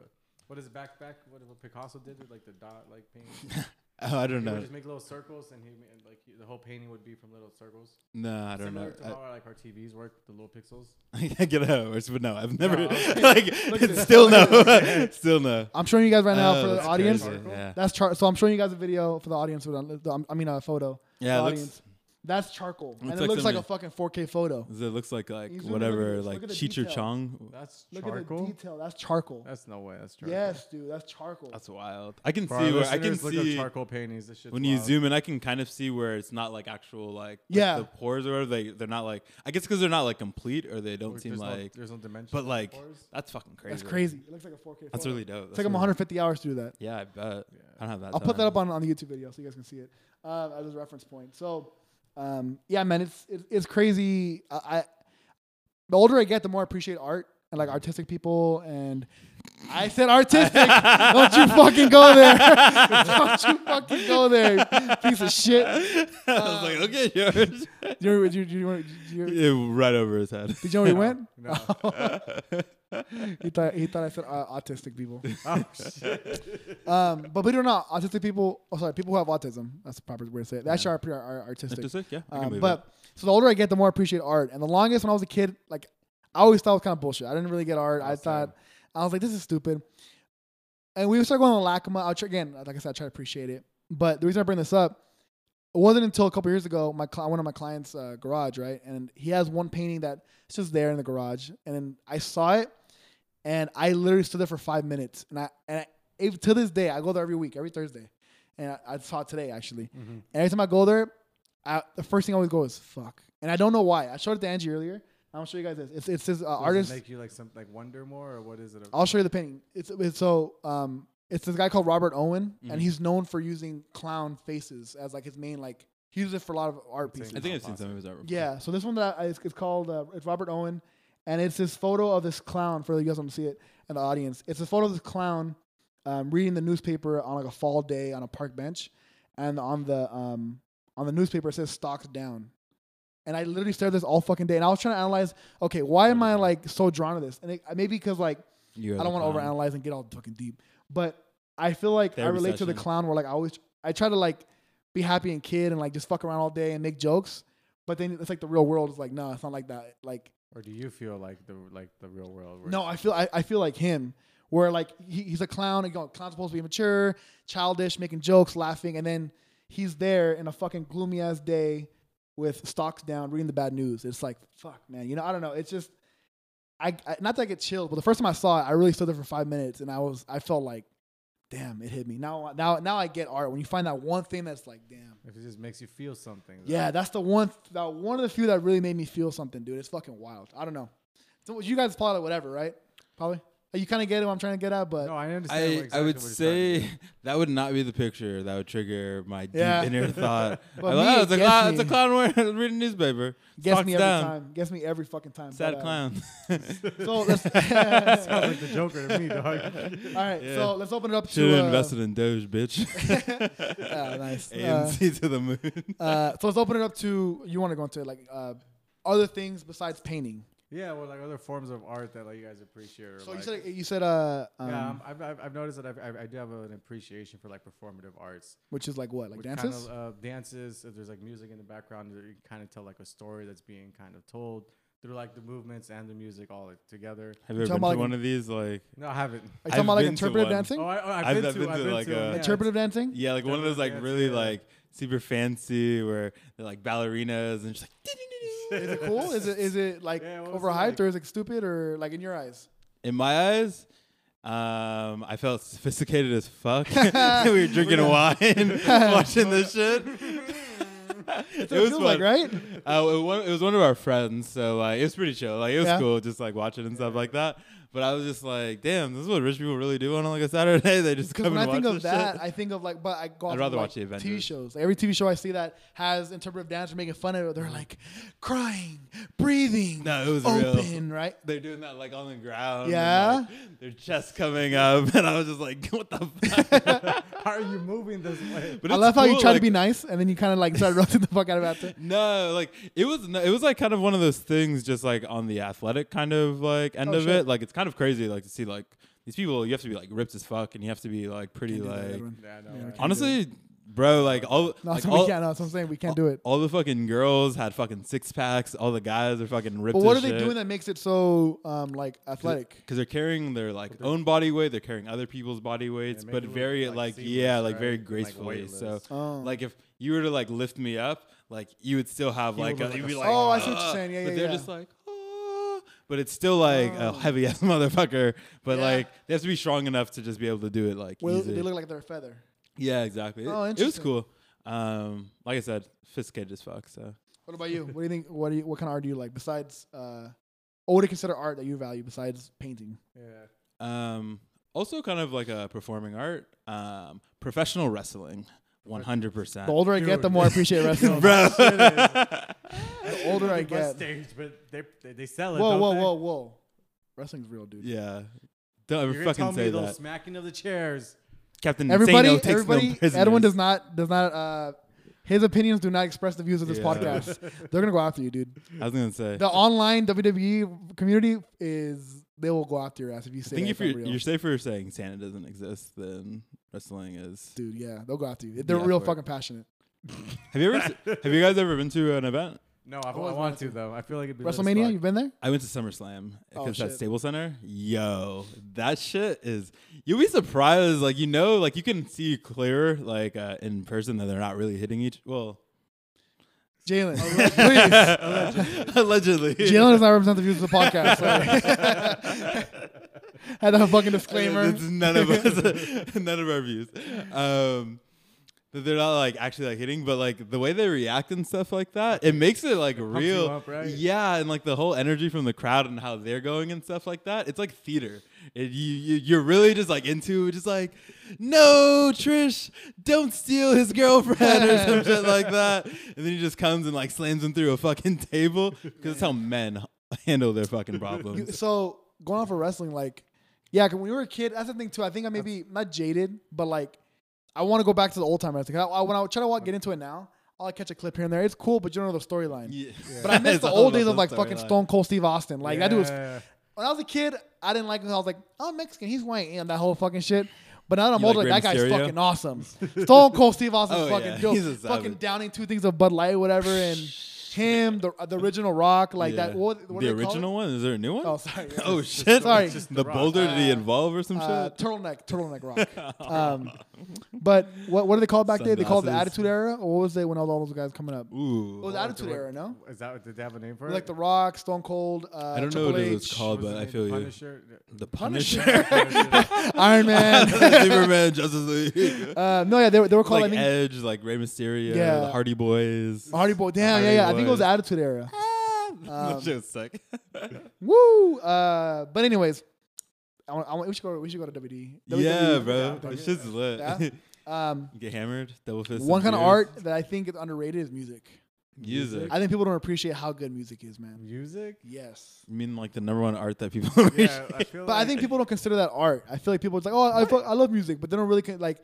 [SPEAKER 3] what is it back back what what Picasso did with like the dot like paintings.
[SPEAKER 1] oh, I
[SPEAKER 3] He
[SPEAKER 1] don't
[SPEAKER 3] would
[SPEAKER 1] know.
[SPEAKER 3] just make little circles, and he ma- and like the whole painting would be from little circles.
[SPEAKER 1] No, I don't
[SPEAKER 3] Similar
[SPEAKER 1] know.
[SPEAKER 3] to
[SPEAKER 1] I-
[SPEAKER 3] how like our TVs work, the little pixels.
[SPEAKER 1] I can't get out, but no, I've never
[SPEAKER 3] No, okay.
[SPEAKER 1] like
[SPEAKER 3] Look at this.
[SPEAKER 1] still no, still no.
[SPEAKER 2] I'm showing you guys right now
[SPEAKER 1] Oh,
[SPEAKER 2] for the
[SPEAKER 1] that's
[SPEAKER 2] audience.
[SPEAKER 1] crazy, Yeah,
[SPEAKER 2] That's char- So I'm showing you guys a video for the audience. With, um, I mean, a photo.
[SPEAKER 1] yeah.
[SPEAKER 2] the
[SPEAKER 1] It looks,
[SPEAKER 2] audience. That's charcoal. And it
[SPEAKER 1] like
[SPEAKER 2] looks like a
[SPEAKER 1] somebody-
[SPEAKER 2] fucking 4K photo.
[SPEAKER 1] it looks like like
[SPEAKER 2] You zoom in, look at
[SPEAKER 1] whatever
[SPEAKER 2] this,
[SPEAKER 1] like
[SPEAKER 2] look at the
[SPEAKER 1] Cheech or
[SPEAKER 2] detail.
[SPEAKER 1] Chong.
[SPEAKER 3] That's
[SPEAKER 2] Look at
[SPEAKER 3] charcoal.
[SPEAKER 2] the detail. That's charcoal.
[SPEAKER 3] That's no way. That's charcoal.
[SPEAKER 2] yes, dude. That's charcoal.
[SPEAKER 1] That's wild. I can
[SPEAKER 3] For
[SPEAKER 1] see
[SPEAKER 3] our
[SPEAKER 1] where I can
[SPEAKER 3] listeners, look up
[SPEAKER 1] see
[SPEAKER 3] charcoal paintings. This shit's
[SPEAKER 1] when you
[SPEAKER 3] wild.
[SPEAKER 1] zoom in, I can kind of see where it's not like actual like, like,
[SPEAKER 2] Yeah.
[SPEAKER 1] the pores or whatever. They they're not like I guess because they're not like complete or they don't
[SPEAKER 3] There's
[SPEAKER 1] seem
[SPEAKER 3] no-
[SPEAKER 1] like.
[SPEAKER 3] there's no dimension.
[SPEAKER 1] but
[SPEAKER 3] to the
[SPEAKER 1] like
[SPEAKER 3] pores.
[SPEAKER 1] that's fucking crazy.
[SPEAKER 2] That's crazy. It looks like a 4K
[SPEAKER 1] That's
[SPEAKER 2] photo.
[SPEAKER 1] really dope.
[SPEAKER 2] It
[SPEAKER 1] That's
[SPEAKER 2] took him
[SPEAKER 1] really-
[SPEAKER 2] 150 hours to do that.
[SPEAKER 1] Yeah, I bet.
[SPEAKER 3] Yeah.
[SPEAKER 1] I don't have that.
[SPEAKER 2] I'll put
[SPEAKER 1] time.
[SPEAKER 2] that up on, on the YouTube video so you guys can see it uh, as a reference point. So, um, yeah, man, it's it, it's crazy. I, I the older I get, the more I appreciate art and like artistic people. And I said artistic. Don't you fucking go there. Don't you fucking go there, piece of shit.
[SPEAKER 1] I was like, okay, George.
[SPEAKER 2] Do you, do you, do you, do you,
[SPEAKER 1] Yeah, right over his head.
[SPEAKER 2] did you know where he went?
[SPEAKER 3] No.
[SPEAKER 2] He thought he thought I said uh, autistic people.
[SPEAKER 3] oh shit.
[SPEAKER 2] Um, but believe it or not, autistic people. Oh, sorry, people who have autism. That's the proper way to say it. That's our are, are artistic.
[SPEAKER 1] Artistic, yeah. I can
[SPEAKER 2] Um,
[SPEAKER 1] believe
[SPEAKER 2] but so the older I get, the more I appreciate art. And the longest when I was a kid, like I always thought it was kind of bullshit. I didn't really get art. I
[SPEAKER 3] Awesome.
[SPEAKER 2] thought I was like, this is stupid. And we started going on Lackama. I'll try, again, like I said, I try to appreciate it. But the reason I bring this up, it wasn't until a couple years ago, my cli one of my clients' uh, garage, right, and he has one painting that's just there in the garage, and then I saw it, and I literally stood there for five minutes, and I and I, if, to this day I go there every week, every Thursday, and I, I saw it today actually,
[SPEAKER 3] Mm-hmm.
[SPEAKER 2] and every time I go there, I, the first thing I always go is fuck, and I don't know why. I showed it to Angie earlier. I'm gonna show you guys this. It's it's this uh,
[SPEAKER 3] Does
[SPEAKER 2] artist.
[SPEAKER 3] it make you like some like wonder more, or what is it?
[SPEAKER 2] I'll show you the painting. It's, it's so um, it's this guy called Robert Owen,
[SPEAKER 1] Mhm.
[SPEAKER 2] and he's known for using clown faces as like his main like. He uses it for a lot of art
[SPEAKER 3] That's
[SPEAKER 2] pieces.
[SPEAKER 1] I think I've seen some of his art. before.
[SPEAKER 2] Yeah. So this one that I, it's, it's called uh, it's Robert Owen, and it's this photo of this clown for you guys want to see it in the audience. It's a photo of this clown um, reading the newspaper on like a fall day on a park bench, and on the um on the newspaper it says stocks down. And I literally stared at this all fucking day, and I was trying to analyze. Okay, why am
[SPEAKER 1] Mm-hmm.
[SPEAKER 2] I like so drawn to this? And it, maybe because like
[SPEAKER 1] You
[SPEAKER 2] I don't want to overanalyze and get all fucking deep, but I feel like I
[SPEAKER 1] Therapy
[SPEAKER 2] relate to the
[SPEAKER 1] session.
[SPEAKER 2] clown where like I always I try to like be happy and kid and like just fuck around all day and make jokes, but then it's like the real world is like no, it's not like that. Like
[SPEAKER 3] Or do you feel like the like the real world? where
[SPEAKER 2] no, I feel I, I feel like him where like he, he's a clown and you know, clown's supposed to be mature, childish, making jokes, laughing, and then he's there in a fucking gloomy ass day with stocks down, reading the bad news. It's like fuck, man. You know I don't know. It's just. I, I not that I get chilled, but the first time I saw it, I really stood there for five minutes, and I was I felt like, damn, it hit me. Now now now I get art when you find that one thing that's like, damn,
[SPEAKER 3] If it just makes you feel something. though.
[SPEAKER 2] yeah, that's the one that one of the few that really made me feel something, dude. It's fucking wild. I don't know. So you guys probably whatever, right? Probably. You kind of get what I'm trying to get at, but
[SPEAKER 3] No, I understand. what-
[SPEAKER 1] I, I
[SPEAKER 3] exactly
[SPEAKER 1] would
[SPEAKER 3] what you're trying
[SPEAKER 1] say that would not be the picture that would trigger my deep
[SPEAKER 2] Yeah.
[SPEAKER 1] inner thought.
[SPEAKER 2] But
[SPEAKER 1] I
[SPEAKER 2] me,
[SPEAKER 1] thought, oh, it's, a
[SPEAKER 2] it gets
[SPEAKER 1] clown, it's a
[SPEAKER 2] me.
[SPEAKER 1] clown wearing, reading newspaper.
[SPEAKER 2] guess
[SPEAKER 1] Stocks
[SPEAKER 2] me every
[SPEAKER 1] down.
[SPEAKER 2] time. Guess me every fucking time.
[SPEAKER 1] Sad
[SPEAKER 2] But, uh,
[SPEAKER 1] clown.
[SPEAKER 2] So let's.
[SPEAKER 3] to do.
[SPEAKER 2] all
[SPEAKER 3] Sounds like the Joker to me, dog.
[SPEAKER 2] right,
[SPEAKER 1] Yeah.
[SPEAKER 2] so let's open it up
[SPEAKER 1] Should
[SPEAKER 2] to.
[SPEAKER 1] have
[SPEAKER 2] Uh,
[SPEAKER 1] invested in Doge, bitch.
[SPEAKER 2] Ah, nice. Uh,
[SPEAKER 1] AMC to the moon.
[SPEAKER 2] uh, so let's open it up to. You want to go into like uh, other things besides painting?
[SPEAKER 3] Yeah, well, like other forms of art that like you guys appreciate. Or
[SPEAKER 2] So
[SPEAKER 3] like,
[SPEAKER 2] you said you said uh, um,
[SPEAKER 3] yeah, um, I've, I've I've noticed that I've, I've, I do have an appreciation for like performative arts,
[SPEAKER 2] which is like what like
[SPEAKER 3] which
[SPEAKER 2] dances?
[SPEAKER 3] Kind of, uh, dances. If there's like music in the background, you kind of tell like a story that's being kind of told through like the movements and the music all like, together.
[SPEAKER 1] Have you ever
[SPEAKER 2] talking
[SPEAKER 1] been
[SPEAKER 2] about
[SPEAKER 1] to
[SPEAKER 2] like
[SPEAKER 1] one of these? Like,
[SPEAKER 3] No, I haven't.
[SPEAKER 2] Are you talking
[SPEAKER 1] I've
[SPEAKER 2] about like
[SPEAKER 1] been to
[SPEAKER 2] interpretive
[SPEAKER 1] one.
[SPEAKER 2] dancing?
[SPEAKER 3] Oh, I, I've,
[SPEAKER 1] I've-
[SPEAKER 3] been
[SPEAKER 1] I've
[SPEAKER 3] to,
[SPEAKER 1] been
[SPEAKER 3] I've
[SPEAKER 1] to,
[SPEAKER 3] been
[SPEAKER 1] like,
[SPEAKER 3] to,
[SPEAKER 1] a-
[SPEAKER 3] yeah, it's-
[SPEAKER 2] interpretive dancing?
[SPEAKER 1] yeah, like one of those like
[SPEAKER 3] Definitely,
[SPEAKER 1] really
[SPEAKER 3] yeah.
[SPEAKER 1] like super fancy where they're like ballerinas and just like. doo-doo-doo-doo.
[SPEAKER 2] Is it cool? Is it is it like
[SPEAKER 3] Yeah, what was it
[SPEAKER 2] overhyped
[SPEAKER 3] like?
[SPEAKER 2] or is it stupid or like in your eyes?
[SPEAKER 1] In my eyes. Um, I felt sophisticated as fuck. we were drinking wine, watching this shit. it
[SPEAKER 2] That's what
[SPEAKER 1] was
[SPEAKER 2] feels
[SPEAKER 1] fun.
[SPEAKER 2] like, right?
[SPEAKER 1] uh, it, wa- it was one of our friends, so like it was pretty chill. Like it was
[SPEAKER 2] Yeah.
[SPEAKER 1] cool, just like watching and stuff like that. But I was just like, damn, this is what rich people really do on like a Saturday. They just
[SPEAKER 2] Because
[SPEAKER 1] come
[SPEAKER 2] when
[SPEAKER 1] and
[SPEAKER 2] I
[SPEAKER 1] watch
[SPEAKER 2] think of
[SPEAKER 1] this
[SPEAKER 2] that,
[SPEAKER 1] shit.
[SPEAKER 2] I think of like, but I go
[SPEAKER 1] I'd
[SPEAKER 2] off of,
[SPEAKER 1] rather
[SPEAKER 2] like,
[SPEAKER 1] watch the
[SPEAKER 2] TV
[SPEAKER 1] Avengers.
[SPEAKER 2] shows. Like, every TV show I see that has interpretive dancers making fun of it, they're like crying, breathing,
[SPEAKER 1] No, it was real.
[SPEAKER 2] open, right?
[SPEAKER 1] They're doing that like on the ground. and,
[SPEAKER 2] Yeah?
[SPEAKER 1] like, their chest coming up, and I was just like, what the fuck?
[SPEAKER 3] How are you moving this way?
[SPEAKER 1] But
[SPEAKER 2] I
[SPEAKER 1] it's
[SPEAKER 2] love how you
[SPEAKER 1] cool,
[SPEAKER 2] try to
[SPEAKER 1] like-
[SPEAKER 2] be nice and then you kind of like start roasting the fuck out of it after.
[SPEAKER 1] No, like it was, it was like kind of one of those things, just like on the athletic kind of like end
[SPEAKER 2] Oh,
[SPEAKER 1] of
[SPEAKER 2] shit.
[SPEAKER 1] it. Like it's kind of crazy, like to see like these people. You have to be like ripped as fuck, and you have to be like pretty
[SPEAKER 2] Can't do that,
[SPEAKER 1] like.
[SPEAKER 2] Edwin.
[SPEAKER 3] Yeah, no,
[SPEAKER 2] Yeah,
[SPEAKER 3] right.
[SPEAKER 2] okay.
[SPEAKER 1] Honestly, bro, like all
[SPEAKER 2] No,
[SPEAKER 1] like
[SPEAKER 2] so
[SPEAKER 1] all,
[SPEAKER 2] we can't. No, that's what I'm saying. We can't do it.
[SPEAKER 1] all the fucking girls had fucking six packs. All the guys are fucking ripped.
[SPEAKER 2] But what are they doing that makes it so um like athletic?
[SPEAKER 1] Because they're carrying their like own body weight. They're carrying other people's body weights,
[SPEAKER 3] make
[SPEAKER 1] but
[SPEAKER 3] it look,
[SPEAKER 1] very
[SPEAKER 3] like,
[SPEAKER 1] like,
[SPEAKER 3] seamless,
[SPEAKER 1] yeah, like very
[SPEAKER 3] right? And, like,
[SPEAKER 1] gracefully. so
[SPEAKER 3] weightless.
[SPEAKER 2] Oh.
[SPEAKER 1] like if you were to like lift me up, like you would still have like,
[SPEAKER 3] would
[SPEAKER 1] a,
[SPEAKER 3] look like
[SPEAKER 1] you'd
[SPEAKER 3] a
[SPEAKER 1] be like
[SPEAKER 2] Oh, I see what you're
[SPEAKER 1] "Ugh,"
[SPEAKER 2] saying. Yeah,
[SPEAKER 1] uh, but
[SPEAKER 2] yeah,
[SPEAKER 1] they're
[SPEAKER 2] yeah.
[SPEAKER 1] just like. "Ah," But it's still like
[SPEAKER 2] Oh.
[SPEAKER 1] a heavy ass motherfucker. But
[SPEAKER 2] Yeah.
[SPEAKER 1] like they have to be strong enough to just be able to do it like
[SPEAKER 2] Well,
[SPEAKER 1] easy.
[SPEAKER 2] they look like they're a feather.
[SPEAKER 1] Yeah, exactly. It-
[SPEAKER 2] Oh,
[SPEAKER 1] it, was
[SPEAKER 2] interesting.
[SPEAKER 1] cool. Um, like I said, sophisticated as fuck. So
[SPEAKER 2] What about you? What do you think? What do you, what kind of art do you like besides? Uh, or what do you consider art that you value besides painting?
[SPEAKER 3] Yeah.
[SPEAKER 1] um, also kind of like a performing art, um, professional wrestling, one hundred percent.
[SPEAKER 2] The older I get, the
[SPEAKER 3] Dude.
[SPEAKER 2] more I appreciate wrestling.
[SPEAKER 1] Uh, Bro,
[SPEAKER 2] The older I
[SPEAKER 3] Like, my
[SPEAKER 2] get.
[SPEAKER 3] stage, but they, they, they sell it.
[SPEAKER 2] Whoa,
[SPEAKER 3] don't
[SPEAKER 2] whoa,
[SPEAKER 3] they?
[SPEAKER 2] whoa, whoa! Wrestling's real, dude.
[SPEAKER 1] yeah. Don't ever
[SPEAKER 3] You're gonna tell
[SPEAKER 1] fucking
[SPEAKER 3] me
[SPEAKER 1] say
[SPEAKER 3] those
[SPEAKER 1] that,
[SPEAKER 3] smacking of the chairs.
[SPEAKER 1] Captain.
[SPEAKER 2] Everybody,
[SPEAKER 1] Insano takes no
[SPEAKER 2] everybody.
[SPEAKER 1] prisoners.
[SPEAKER 2] Edwin does not does not. Uh, his opinions do not express the views of this
[SPEAKER 1] Yeah.
[SPEAKER 2] podcast. They're gonna go after you, dude.
[SPEAKER 1] I was gonna say.
[SPEAKER 2] The online WWE community is they will go after your ass if you
[SPEAKER 1] I
[SPEAKER 2] say
[SPEAKER 1] think if
[SPEAKER 2] anything
[SPEAKER 1] you're,
[SPEAKER 2] real.
[SPEAKER 1] you're safer saying Santa doesn't exist, then wrestling is.
[SPEAKER 2] dude, yeah, they'll go after you. They're
[SPEAKER 1] Yeah,
[SPEAKER 2] real
[SPEAKER 1] for it.
[SPEAKER 2] fucking passionate.
[SPEAKER 1] Have you ever? s- have you guys ever been to an event?
[SPEAKER 3] No, I've, I
[SPEAKER 2] always
[SPEAKER 3] want to though. I feel like it'd be lit as
[SPEAKER 2] WrestleMania,
[SPEAKER 3] fuck.
[SPEAKER 2] you've been there?
[SPEAKER 1] I went to SummerSlam
[SPEAKER 2] Oh,
[SPEAKER 1] because that
[SPEAKER 2] shit.
[SPEAKER 1] Stable Center, yo, that shit is. You'll be surprised, like you know, like you can see clearer, like uh, in person that they're not really hitting each. Well,
[SPEAKER 2] Jalen,
[SPEAKER 1] Oh,
[SPEAKER 2] please.
[SPEAKER 1] allegedly,
[SPEAKER 2] Jalen does not represent the views of the podcast. So. Had that fucking disclaimer.
[SPEAKER 1] It's none of us, none of our views. Um, that they're not like actually like hitting, but like the way they react and stuff like that, it makes it like
[SPEAKER 3] you
[SPEAKER 1] real.
[SPEAKER 3] up, right?
[SPEAKER 1] Yeah, and like the whole energy from the crowd and how they're going and stuff like that. It's like theater. It, you, you you're really just like into it, just like no Trish, don't steal his girlfriend or some shit like that. And then he just comes and like slams him through a fucking table because that's how men handle their fucking problems.
[SPEAKER 2] You- so going off of wrestling, like, yeah, 'cause when we were a kid, that's the thing too. I think I maybe not jaded, but like, I want to go back to the old time wrestling. 'Cause I, I- when I try to walk, get into it now, I'll like, catch a clip here and there. It's cool, but you don't know the storyline.
[SPEAKER 1] Yeah.
[SPEAKER 2] But I miss
[SPEAKER 1] It's
[SPEAKER 2] the
[SPEAKER 1] all
[SPEAKER 2] old days
[SPEAKER 1] about
[SPEAKER 2] of
[SPEAKER 1] the
[SPEAKER 2] like fucking
[SPEAKER 1] storyline.
[SPEAKER 2] Stone Cold Steve Austin. Like that dude was
[SPEAKER 3] Yeah.
[SPEAKER 2] when I was a kid, I didn't like him. I was like, oh, I'm Mexican. He's white. And that whole fucking shit. But now that I'm
[SPEAKER 1] You like
[SPEAKER 2] older, like,
[SPEAKER 1] Rey
[SPEAKER 2] that guy's
[SPEAKER 1] Mysterio?
[SPEAKER 2] fucking awesome. Stone Cold Steve Austin's
[SPEAKER 1] Oh,
[SPEAKER 2] fucking
[SPEAKER 1] yeah.
[SPEAKER 2] dope.
[SPEAKER 1] He's a savage.
[SPEAKER 2] fucking downing two things of Bud Light, whatever, and him, the, the original Rock, like that.
[SPEAKER 1] Yeah.
[SPEAKER 2] What, what
[SPEAKER 1] the
[SPEAKER 2] do they call it?
[SPEAKER 1] original one? Is there a new one?
[SPEAKER 2] Oh, sorry. Yeah.
[SPEAKER 1] oh shit!
[SPEAKER 2] Sorry.
[SPEAKER 3] Just
[SPEAKER 1] the,
[SPEAKER 3] The Rock.
[SPEAKER 1] boulder did he
[SPEAKER 2] Uh,
[SPEAKER 1] involve or some
[SPEAKER 2] Uh,
[SPEAKER 1] shit?
[SPEAKER 2] turtleneck, turtleneck rock. Um, but what what do they call it back there? They called it the
[SPEAKER 1] Sunglasses.
[SPEAKER 2] Attitude Era. Or what was they when all those guys coming up? It
[SPEAKER 1] Ooh,
[SPEAKER 2] was Attitude Era, no?
[SPEAKER 3] Is that what did they have a name for it?
[SPEAKER 2] Like the Rock, Stone Cold. Uh,
[SPEAKER 1] I don't know
[SPEAKER 2] Triple
[SPEAKER 1] what it
[SPEAKER 2] H,
[SPEAKER 1] was called,
[SPEAKER 3] Was
[SPEAKER 1] Oh, but
[SPEAKER 3] it
[SPEAKER 1] I
[SPEAKER 3] named
[SPEAKER 1] feel you.
[SPEAKER 3] Punisher?
[SPEAKER 1] The
[SPEAKER 2] Punisher.
[SPEAKER 1] Punisher,
[SPEAKER 2] Iron Man.
[SPEAKER 1] Superman, Justice League,
[SPEAKER 2] uh, no, yeah, they were, they were called.
[SPEAKER 1] like
[SPEAKER 2] I think
[SPEAKER 1] Edge, like Rey Mysterio,
[SPEAKER 2] Yeah.
[SPEAKER 1] the Hardy Boys.
[SPEAKER 2] Hardy Boy. Damn, yeah,
[SPEAKER 1] Hardy
[SPEAKER 2] yeah. I think it was
[SPEAKER 1] Boys.
[SPEAKER 2] Attitude Era.
[SPEAKER 1] that
[SPEAKER 2] Um,
[SPEAKER 1] shit was sick.
[SPEAKER 2] Woo. Uh, but anyways, I want, I want, we should go. We should go to WD.
[SPEAKER 1] yeah,
[SPEAKER 2] WWE.
[SPEAKER 1] bro,
[SPEAKER 3] yeah,
[SPEAKER 1] that shit's lit.
[SPEAKER 2] E, Yeah. Um,
[SPEAKER 1] Get hammered, double fist.
[SPEAKER 2] one
[SPEAKER 1] and
[SPEAKER 2] kind of
[SPEAKER 1] beers.
[SPEAKER 2] art that I think is underrated is music.
[SPEAKER 1] music.
[SPEAKER 2] I think people don't appreciate how good music is, man.
[SPEAKER 3] Music?
[SPEAKER 2] Yes.
[SPEAKER 1] You mean like the number one art that people appreciate?
[SPEAKER 3] Yeah, I feel
[SPEAKER 2] But I
[SPEAKER 3] like-
[SPEAKER 2] think people don't consider that art. I feel like people are just like, oh, I, fuck, I love music, but they don't really con- like.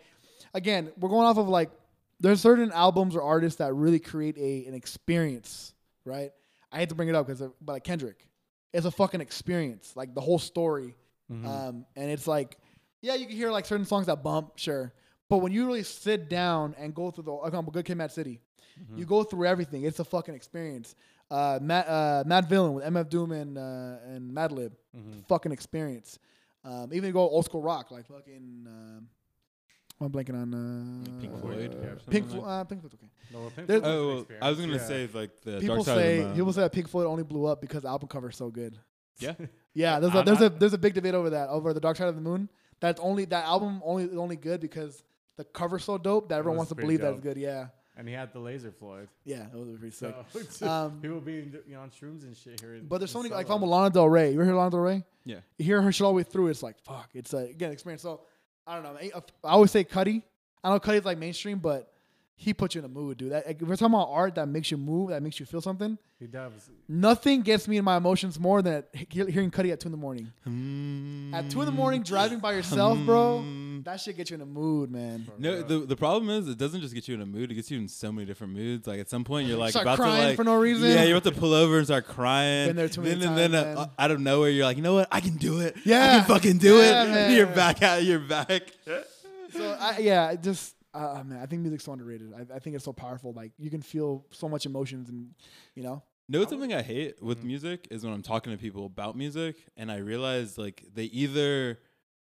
[SPEAKER 2] Again, we're going off of like, there's certain albums or artists that really create a an experience, right? I hate to bring it up because, but like Kendrick, it's a fucking experience, like the whole story,
[SPEAKER 1] Mm-hmm.
[SPEAKER 2] um, and it's like, yeah, you can hear like certain songs that bump, sure, but when you really sit down and go through the, like, I'm a good kid, Mad City,
[SPEAKER 1] Mm-hmm.
[SPEAKER 2] you go through everything. It's a fucking experience. Uh, Matt, uh, Matt Villain with MF Doom and uh, and Madlib,
[SPEAKER 1] Mm-hmm.
[SPEAKER 2] fucking experience. Um, even go old school rock like fucking. Um, I'm blanking on uh,
[SPEAKER 1] Pink Floyd.
[SPEAKER 2] uh,
[SPEAKER 1] or something
[SPEAKER 2] Pink
[SPEAKER 1] like
[SPEAKER 2] Floyd. Uh, Pink Floyd's okay.
[SPEAKER 3] No, Pink
[SPEAKER 2] There's-
[SPEAKER 3] Floyd's an
[SPEAKER 1] Oh, well, I was gonna
[SPEAKER 3] experience.
[SPEAKER 1] say like the
[SPEAKER 2] People
[SPEAKER 1] dark side
[SPEAKER 2] say
[SPEAKER 1] of the moon.
[SPEAKER 2] people say that Pink Floyd only blew up because the album cover is so good.
[SPEAKER 1] yeah.
[SPEAKER 2] Yeah, there's a,
[SPEAKER 1] I'm-
[SPEAKER 2] there's a
[SPEAKER 1] I'm-
[SPEAKER 2] there's a big debate over that over the Dark Side of the Moon. That's only that album only is only good because the cover's so dope that everyone
[SPEAKER 3] was
[SPEAKER 2] wants to
[SPEAKER 3] pretty
[SPEAKER 2] believe that
[SPEAKER 3] dope.
[SPEAKER 2] it's good. Yeah,
[SPEAKER 3] And he had the laser Floyd.
[SPEAKER 2] yeah, that was pretty sick.
[SPEAKER 3] So
[SPEAKER 2] Um,
[SPEAKER 3] people being you know, on shrooms and shit here.
[SPEAKER 2] But there's so
[SPEAKER 3] in
[SPEAKER 2] many like
[SPEAKER 3] Solo.
[SPEAKER 2] from Lana Del Rey. You ever heard Lana Del Rey?
[SPEAKER 1] Yeah.
[SPEAKER 2] You hear her shit all the way through. It's like fuck. It's a again experience. So I don't know. I, I always say Cuddy. I know Cuddy's like mainstream, but he puts you in a mood, dude. That, like, if we're talking about art that makes you move, that makes you feel something.
[SPEAKER 3] He does.
[SPEAKER 2] Nothing gets me in my emotions more than he- hearing Cuddy at two in the morning. At two in the morning, driving by yourself, bro.
[SPEAKER 1] Mm.
[SPEAKER 2] That shit gets you in a mood, man.
[SPEAKER 1] No, the the problem is it doesn't just get you in a mood; it gets you in so many different moods. Like at some point, you're like
[SPEAKER 2] Start
[SPEAKER 1] about
[SPEAKER 2] crying
[SPEAKER 1] to like
[SPEAKER 2] for no reason.
[SPEAKER 1] Yeah, you're about to pull over and start crying.
[SPEAKER 2] Been there too many
[SPEAKER 1] then, and then
[SPEAKER 2] times,
[SPEAKER 1] uh,
[SPEAKER 2] man.
[SPEAKER 1] out of nowhere, you're like, you know what? I can do it. I
[SPEAKER 2] Yeah.
[SPEAKER 1] can fucking do
[SPEAKER 2] Yeah,
[SPEAKER 1] it.
[SPEAKER 2] man.
[SPEAKER 1] You're back out. You're back.
[SPEAKER 2] So I, yeah, I just uh, man, I think music's so underrated. I, I think it's so powerful. Like you can feel so much emotions, and you know.
[SPEAKER 1] No, it's something I hate
[SPEAKER 2] Mm-hmm.
[SPEAKER 1] with music is when I'm talking to people about music and I realize like they either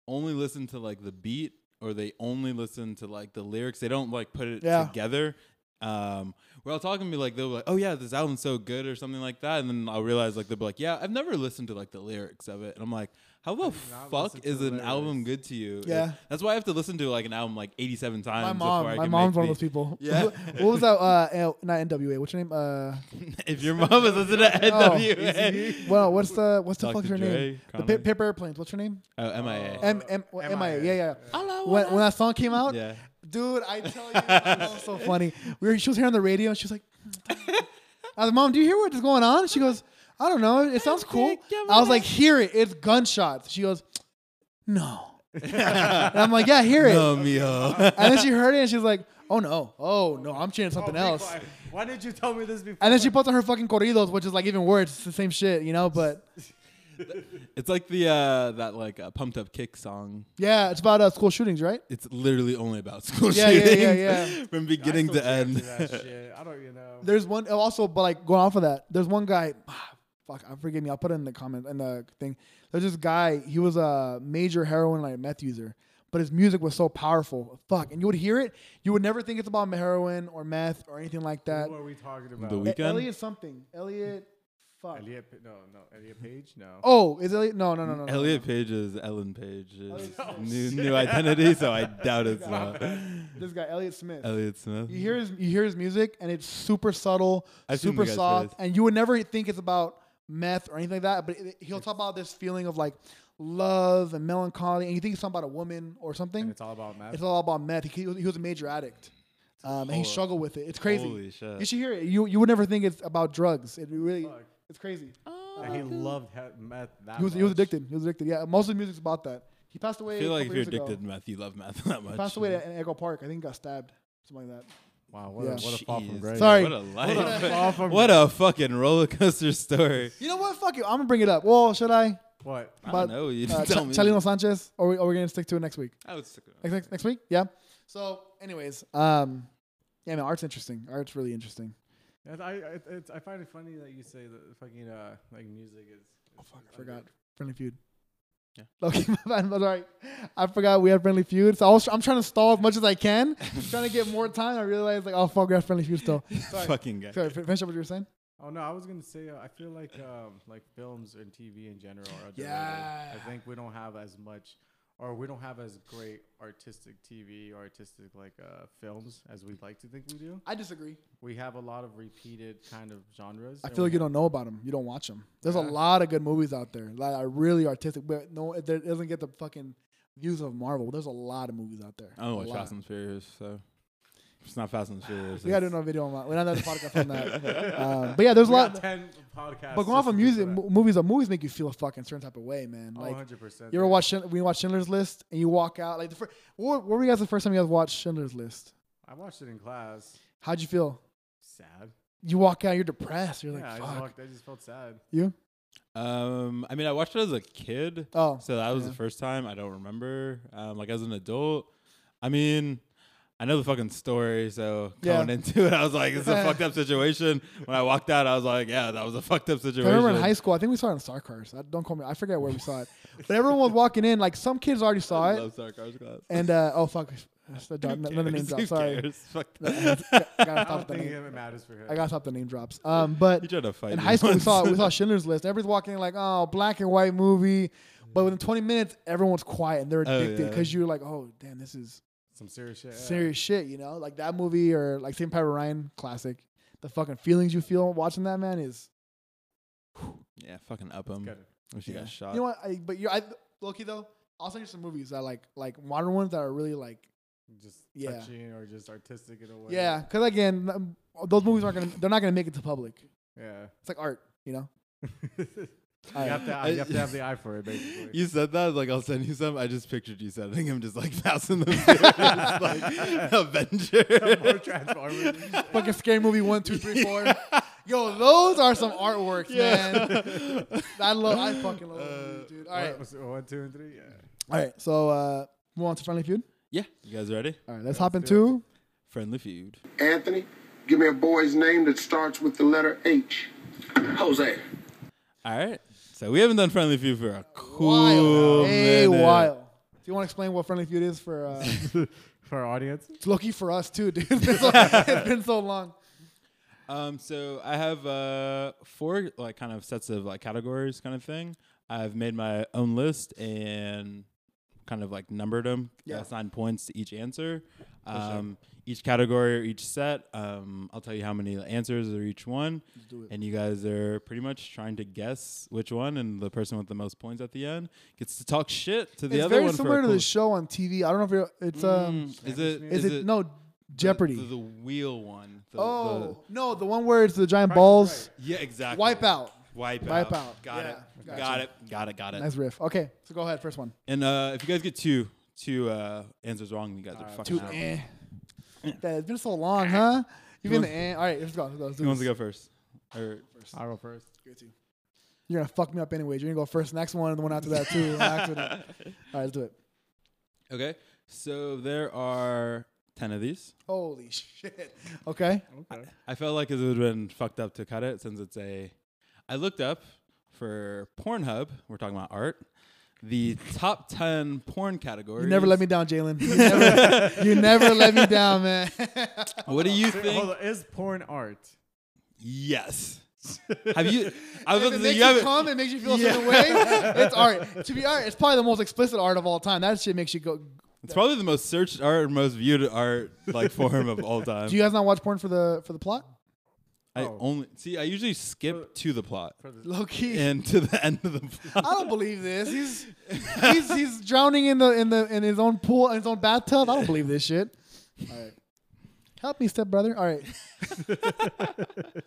[SPEAKER 1] only listen to like the beat or they only listen to like the lyrics. They don't like put it
[SPEAKER 2] Yeah.
[SPEAKER 1] together. Um, where I'll talk and be like, they'll be like, oh yeah, this album's so good or something like that. And then I'll realize like they'll be like, yeah, I've never listened to like the lyrics of it. And I'm like, how the
[SPEAKER 3] not
[SPEAKER 1] fuck
[SPEAKER 3] listen to
[SPEAKER 1] is
[SPEAKER 3] the
[SPEAKER 1] an album
[SPEAKER 3] lyrics?
[SPEAKER 1] good to you? If-
[SPEAKER 2] Yeah.
[SPEAKER 1] that's why I have to listen to like an album like 87 times.
[SPEAKER 2] My
[SPEAKER 1] before I
[SPEAKER 2] mom, my
[SPEAKER 1] can
[SPEAKER 2] mom's
[SPEAKER 1] make
[SPEAKER 2] one of those
[SPEAKER 1] the-
[SPEAKER 2] people.
[SPEAKER 1] Yeah.
[SPEAKER 2] what was that? Uh, L- not NWA. What's your name? Uh,
[SPEAKER 1] if your mom is listening
[SPEAKER 2] Oh,
[SPEAKER 1] to NWA,
[SPEAKER 2] well, what's the what's the
[SPEAKER 1] Dr.
[SPEAKER 2] fuck's her
[SPEAKER 1] Dre,
[SPEAKER 2] name? The
[SPEAKER 1] Conway.
[SPEAKER 2] pa- paper airplanes. What's her name?
[SPEAKER 1] oh, MIA.
[SPEAKER 3] Oh.
[SPEAKER 2] M Uh, M what,
[SPEAKER 3] MIA.
[SPEAKER 2] MIA. Yeah, yeah.
[SPEAKER 1] Hello.
[SPEAKER 2] When, when that song came out,
[SPEAKER 1] Yeah.
[SPEAKER 2] dude, I tell you, that was so funny. We were, she was here on the radio. and She was like, I was, "Mom, do you hear what's going on?" She goes, "I don't know. It sounds cool." I was like, "Hear it. It's gunshots." She goes, "No." And I'm like, "Yeah, hear it."
[SPEAKER 1] No, mijo.
[SPEAKER 2] And then she heard it and she was like, "Oh no. Oh no. I'm cheering something
[SPEAKER 3] Oh,
[SPEAKER 2] else."
[SPEAKER 3] Pink Floyd. Why didn't you tell me this before?
[SPEAKER 2] And then she puts on her fucking corridos, which is like even worse. It's the same shit, you know. But
[SPEAKER 1] It's like the uh, that like uh, pumped up kick song.
[SPEAKER 2] yeah, it's about uh, school shootings, right?
[SPEAKER 1] It's literally only about school
[SPEAKER 2] Yeah, yeah, yeah,
[SPEAKER 1] shootings
[SPEAKER 2] yeah.
[SPEAKER 1] from
[SPEAKER 3] I
[SPEAKER 1] beginning
[SPEAKER 3] still
[SPEAKER 1] to
[SPEAKER 3] can't do
[SPEAKER 1] end.
[SPEAKER 3] that shit. I don't, you know.
[SPEAKER 2] There's one oh, also, but like going off of that, there's one guy. ah, Fuck, I forgive me. I'll put it in the comment in the thing. There's this guy. He was a major heroin like meth user, but his music was so powerful. Fuck, and you would hear it. You would never think it's about heroin or meth or anything like that.
[SPEAKER 3] Who are we talking about?
[SPEAKER 1] The
[SPEAKER 2] E-
[SPEAKER 1] Weeknd?
[SPEAKER 2] Elliot something. Elliot. Fuck.
[SPEAKER 3] Elliot, P- no, no, Elliot Page, no.
[SPEAKER 2] Oh, is Elliot? No, no, no, no. no.
[SPEAKER 1] Elliot Page is Ellen Page's
[SPEAKER 2] Oh,
[SPEAKER 1] new, new identity, so I doubt it's not
[SPEAKER 2] This guy, Elliot Smith.
[SPEAKER 1] Elliot Smith.
[SPEAKER 2] You hear his you hear his music and it's super subtle,
[SPEAKER 1] I've seen
[SPEAKER 2] super
[SPEAKER 1] the guy's
[SPEAKER 2] soft,
[SPEAKER 1] face.
[SPEAKER 2] and you would never think it's about meth or anything like that. But it, he'll talk about this feeling of like love and melancholy, and you think it's something about a woman or
[SPEAKER 3] And
[SPEAKER 2] something.
[SPEAKER 3] it's all about math.
[SPEAKER 2] It's all about meth. He, he was a major addict, um, and he
[SPEAKER 1] Horror.
[SPEAKER 2] struggled with it. It's crazy.
[SPEAKER 1] Holy
[SPEAKER 2] You
[SPEAKER 1] shit!
[SPEAKER 2] should hear it. You you would never think it's about drugs. It really
[SPEAKER 3] Fuck.
[SPEAKER 2] it's crazy.
[SPEAKER 3] And he loved he- meth that
[SPEAKER 2] He was he was
[SPEAKER 3] much.
[SPEAKER 2] addicted. He was addicted. Yeah, most of the music's about that. He passed away.
[SPEAKER 1] I feel
[SPEAKER 2] a
[SPEAKER 1] like if
[SPEAKER 2] couple
[SPEAKER 1] you're
[SPEAKER 2] years ago.
[SPEAKER 1] addicted to meth, you love meth that much.
[SPEAKER 2] He passed away in Echo Park. I think he got stabbed. Something like that.
[SPEAKER 3] Wow, what,
[SPEAKER 2] Yeah.
[SPEAKER 3] a, what a fall from
[SPEAKER 1] Jeez.
[SPEAKER 3] grace.
[SPEAKER 2] Sorry.
[SPEAKER 1] What a life.
[SPEAKER 3] What a fall from
[SPEAKER 1] What a fucking roller coaster story.
[SPEAKER 2] You know what? Fuck you. I'm gonna bring it up. Well, should I?
[SPEAKER 3] What?
[SPEAKER 1] I
[SPEAKER 2] But,
[SPEAKER 1] don't know. You
[SPEAKER 2] Uh,
[SPEAKER 1] just tell
[SPEAKER 2] Ch-
[SPEAKER 1] me.
[SPEAKER 2] Chalino Sanchez. Or we, are we gonna stick to it next week?
[SPEAKER 1] I would stick around.
[SPEAKER 2] Next, next, next week? Yeah. So, anyways, um, yeah, man, art's interesting. Art's really interesting.
[SPEAKER 3] I, I, it's, I find it funny that you say that fucking uh, like music is.
[SPEAKER 2] Oh fuck, I forgot. Friendly Feud.
[SPEAKER 1] Yeah.
[SPEAKER 2] Loki, my bad. I'm sorry. I forgot we had Friendly Feud. So I was, I'm trying to stall as much as I can, trying to get more time. I realized like, oh fuck, we have Friendly Feud still.
[SPEAKER 1] Fucking guy.
[SPEAKER 2] Sorry, f- finish up what you were saying.
[SPEAKER 3] Oh no, I was gonna say uh, I feel like um, like films and TV in general are. underrated.
[SPEAKER 2] Yeah.
[SPEAKER 3] I think we don't have as much, or we don't have as great artistic TV or artistic like uh, films as we'd like to think we do.
[SPEAKER 2] I disagree.
[SPEAKER 3] We have a lot of repeated kind of genres.
[SPEAKER 2] I
[SPEAKER 3] and
[SPEAKER 2] feel
[SPEAKER 3] we
[SPEAKER 2] like you
[SPEAKER 3] have-
[SPEAKER 2] don't know about them. You don't watch them. There's a
[SPEAKER 3] Yeah.
[SPEAKER 2] lot of good movies out there that are really artistic, but no, it it doesn't get the fucking views of Marvel. There's a lot of movies out there.
[SPEAKER 1] I don't watch
[SPEAKER 2] A lot.
[SPEAKER 1] Fast and Furious, so it's not Fast and Furious.
[SPEAKER 2] We gotta do
[SPEAKER 1] it's-
[SPEAKER 2] another video on that. We're not another podcast on that. Um, but yeah, there's a
[SPEAKER 3] We got
[SPEAKER 2] lot.
[SPEAKER 3] ten podcasts.
[SPEAKER 2] But going off of
[SPEAKER 3] just
[SPEAKER 2] music,
[SPEAKER 3] to do that.
[SPEAKER 2] mo- movies, uh, movies make you feel a fucking certain type of way, man.
[SPEAKER 3] Oh,
[SPEAKER 2] Like
[SPEAKER 3] 100%.
[SPEAKER 2] you ever watch Schind- when you watch Schindler's List and you walk out like the first. What, what were you guys the first time you guys watched Schindler's List?
[SPEAKER 3] I watched it in class.
[SPEAKER 2] How'd you feel?
[SPEAKER 3] Sad.
[SPEAKER 2] You walk out, you're depressed. You're like,
[SPEAKER 3] yeah, I just,
[SPEAKER 2] fuck.
[SPEAKER 3] walked, I just felt sad.
[SPEAKER 2] you?
[SPEAKER 1] Um, I mean, I watched it as a kid,
[SPEAKER 2] Oh,
[SPEAKER 1] so that was
[SPEAKER 2] yeah.
[SPEAKER 1] the first time. I don't remember. Um, like as an adult, I mean, I know the fucking story. So
[SPEAKER 2] Yeah.
[SPEAKER 1] going into it, I was like, "It's a fucked up situation." When I walked out, I was like, "Yeah, that was a fucked up
[SPEAKER 2] I
[SPEAKER 1] situation."
[SPEAKER 2] remember in high school, I think we saw it in Star Cars. I, don't call me. I forget where we saw it, but everyone was walking in. Like some kids already saw
[SPEAKER 1] I
[SPEAKER 2] it,
[SPEAKER 1] love Star Cars class.
[SPEAKER 2] and uh, oh fuck, that's the dog-
[SPEAKER 1] Who
[SPEAKER 2] another name
[SPEAKER 1] cares? Who
[SPEAKER 2] drop. Sorry,
[SPEAKER 1] cares? Fuck
[SPEAKER 2] I
[SPEAKER 1] that.
[SPEAKER 2] gotta
[SPEAKER 3] I
[SPEAKER 2] stop
[SPEAKER 3] don't
[SPEAKER 2] the
[SPEAKER 3] think
[SPEAKER 2] name.
[SPEAKER 3] it matters for her.
[SPEAKER 2] I gotta stop the name drops. Um, but
[SPEAKER 1] You tried to fight
[SPEAKER 2] in
[SPEAKER 1] me
[SPEAKER 2] high school, we
[SPEAKER 1] once.
[SPEAKER 2] saw we saw Schindler's List. Everyone's walking in like, oh, black and white movie. But within 20 minutes, everyone's quiet and they're
[SPEAKER 1] Oh,
[SPEAKER 2] addicted
[SPEAKER 1] yeah.
[SPEAKER 2] because you're like, oh, damn, this is
[SPEAKER 3] Some serious shit. yeah.
[SPEAKER 2] serious shit, you know? Like that movie or like St. Private Ryan, classic. The fucking feelings you feel watching that, man, is.
[SPEAKER 1] yeah, fucking up
[SPEAKER 2] Mm.
[SPEAKER 1] him.
[SPEAKER 3] Good.
[SPEAKER 1] When she
[SPEAKER 2] yeah.
[SPEAKER 1] got shot.
[SPEAKER 2] You know what? I, but you're, I, low key though, I'll send you some movies that like, like modern ones that are really like,
[SPEAKER 3] Just
[SPEAKER 2] Yeah.
[SPEAKER 3] touching or just artistic in a way.
[SPEAKER 2] yeah. Because again, um, those movies aren't going to, they're not going to make it to public.
[SPEAKER 3] Yeah.
[SPEAKER 2] It's like art, you know?
[SPEAKER 3] you, have to, you have to have the eye for it, basically.
[SPEAKER 1] You said that like I'll send you some. I just pictured you sending him just like passing the like
[SPEAKER 3] More
[SPEAKER 1] Avenger.
[SPEAKER 3] Transformers.
[SPEAKER 2] Fucking scary movie one, two, three, four. Yo, those are some artworks, man. I love, I fucking love those movies, dude. All right,
[SPEAKER 3] One- was it one, two, and three. Yeah.
[SPEAKER 2] all right. So, uh, move on to Friendly Feud.
[SPEAKER 1] yeah, you guys ready?
[SPEAKER 2] All right, let's hop
[SPEAKER 3] let's do
[SPEAKER 2] into.
[SPEAKER 1] Friendly feud.
[SPEAKER 4] Anthony, give me a boy's name that starts with the letter H. Jose.
[SPEAKER 1] All right. So we haven't done friendly feud for a cool
[SPEAKER 2] Wild. Hey,
[SPEAKER 1] minute.
[SPEAKER 2] wild. Do you want to explain what Friendly Feud is for? Uh,
[SPEAKER 3] For our audience,
[SPEAKER 2] it's lucky for us too, dude. It's been so, it's been so long.
[SPEAKER 1] Um, so I have uh four like kind of sets of like categories kind of thing. I've made my own list and kind of like numbered them.
[SPEAKER 2] Yeah.
[SPEAKER 1] Assigned points to each answer. Um, each category or each set. Um, I'll tell you how many answers are each one.
[SPEAKER 2] do it.
[SPEAKER 1] And you guys are pretty much trying to guess which one, and the person with the most points at the end gets to talk shit to the
[SPEAKER 2] it's
[SPEAKER 1] other
[SPEAKER 2] very
[SPEAKER 1] one. for a
[SPEAKER 2] similar to
[SPEAKER 1] cool-
[SPEAKER 2] the show on TV. I don't know if you're, it's um,
[SPEAKER 1] Mm, is it?
[SPEAKER 2] is, it, no Jeopardy?
[SPEAKER 1] The, the wheel one. The- the-
[SPEAKER 2] oh no, the one where it's the giant balls.
[SPEAKER 1] yeah, exactly.
[SPEAKER 2] Wipe out.
[SPEAKER 1] Wipe, out.
[SPEAKER 2] Wipe out.
[SPEAKER 1] Got
[SPEAKER 2] Yeah,
[SPEAKER 1] it.
[SPEAKER 2] gotcha.
[SPEAKER 1] Got it. Got it. Got it.
[SPEAKER 2] Nice riff. Okay, so go ahead, first one.
[SPEAKER 1] And uh, if you guys get two two uh, answers wrong, you guys are fucking
[SPEAKER 2] Two.
[SPEAKER 1] out.
[SPEAKER 2] Eh.
[SPEAKER 1] Mm.
[SPEAKER 2] That, it's been so long, huh? You've been eh. All right, let's go. Let's go. Let's do
[SPEAKER 1] Who wants to
[SPEAKER 2] this.
[SPEAKER 1] go first? Or
[SPEAKER 3] I roll first.
[SPEAKER 2] You're gonna fuck me up anyways. You're gonna go first, next one, and the one after that too. on accident. All right, let's do it.
[SPEAKER 1] okay, so there are ten of these.
[SPEAKER 2] Holy shit. Okay.
[SPEAKER 3] Okay.
[SPEAKER 1] I felt like it would have been fucked up to cut it since it's a. I looked up for Pornhub. We're talking about art. The top ten porn categories.
[SPEAKER 2] You never let me down, Jalen. You never, you never let me down, man.
[SPEAKER 1] What do you
[SPEAKER 3] Wait,
[SPEAKER 1] think?
[SPEAKER 3] Hold on. Is porn art?
[SPEAKER 1] Yes. Have you? I was about
[SPEAKER 2] If it
[SPEAKER 1] to say
[SPEAKER 2] makes
[SPEAKER 1] you
[SPEAKER 2] you
[SPEAKER 1] haven't.
[SPEAKER 2] come, it makes you feel a certain way. It's art. To be art, it's probably the most explicit art of all time. That shit makes you go.
[SPEAKER 1] It's probably the most searched art, and most viewed art like form of all time.
[SPEAKER 2] Do you guys not watch porn for the for the plot?
[SPEAKER 1] I
[SPEAKER 3] Oh.
[SPEAKER 1] only see. I usually skip to the plot
[SPEAKER 3] For the,
[SPEAKER 2] Low key.
[SPEAKER 1] and to the end of the plot.
[SPEAKER 2] I don't believe this. He's he's he's drowning in the in the in his own pool in his own bathtub. I don't believe this shit. All right. Help me, stepbrother. All right.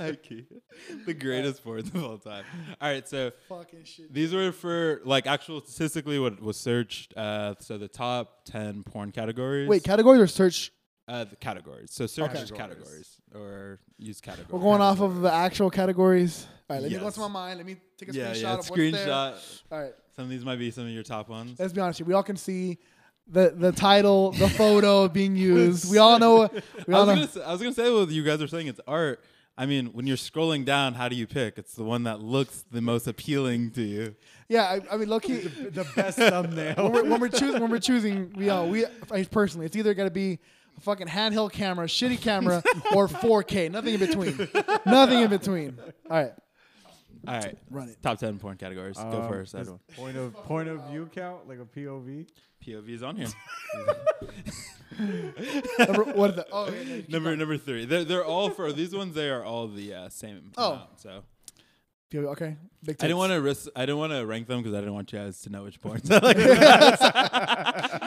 [SPEAKER 1] Nike. the greatest sports of all time. All right, so
[SPEAKER 2] Fucking shit.
[SPEAKER 1] these were for like actual statistically what was searched. Uh, so the top ten porn categories.
[SPEAKER 2] Wait, categories or search?
[SPEAKER 1] uh, the categories. So search
[SPEAKER 2] Okay.
[SPEAKER 1] is categories or use categories.
[SPEAKER 2] We're going off of the actual categories. All right, let me go
[SPEAKER 1] Yes.
[SPEAKER 2] to my mind. Let me take a
[SPEAKER 1] yeah,
[SPEAKER 2] screenshot
[SPEAKER 1] yeah.
[SPEAKER 2] of what's there.
[SPEAKER 1] Screenshot.
[SPEAKER 2] All right.
[SPEAKER 1] Some of these might be some of your top ones.
[SPEAKER 2] let's be honest here. We all can see the the title, the photo being used. We all know. We
[SPEAKER 1] I was,
[SPEAKER 2] all know.
[SPEAKER 1] gonna say, I was gonna say what you guys are saying. It's art. I mean, when you're scrolling down, how do you pick? It's the one that looks the most appealing to you.
[SPEAKER 2] Yeah, I, I mean, low key.
[SPEAKER 3] the best thumbnail.
[SPEAKER 2] When we're, when we're choosing, when we're choosing, we all we I- personally, it's either gonna be a fucking handheld camera, shitty camera, or 4K. Nothing in between. Nothing in between. All right,
[SPEAKER 1] All right,
[SPEAKER 2] Run it.
[SPEAKER 1] Top ten porn categories. Go
[SPEAKER 3] Um,
[SPEAKER 1] first.
[SPEAKER 3] does
[SPEAKER 1] Edwin.
[SPEAKER 3] Point of point of view count, like a POV.
[SPEAKER 1] POV's on here.
[SPEAKER 2] number what? Is the, oh, yeah, yeah, keep
[SPEAKER 1] number
[SPEAKER 2] going.
[SPEAKER 1] number three. They're they're all for these ones. They are all the uh, same.
[SPEAKER 2] Oh.
[SPEAKER 1] amount, so
[SPEAKER 2] Pew- Okay, big.
[SPEAKER 1] I didn't want to risk. I didn't want to rank them because I didn't want you guys to know which porns. I like.
[SPEAKER 2] You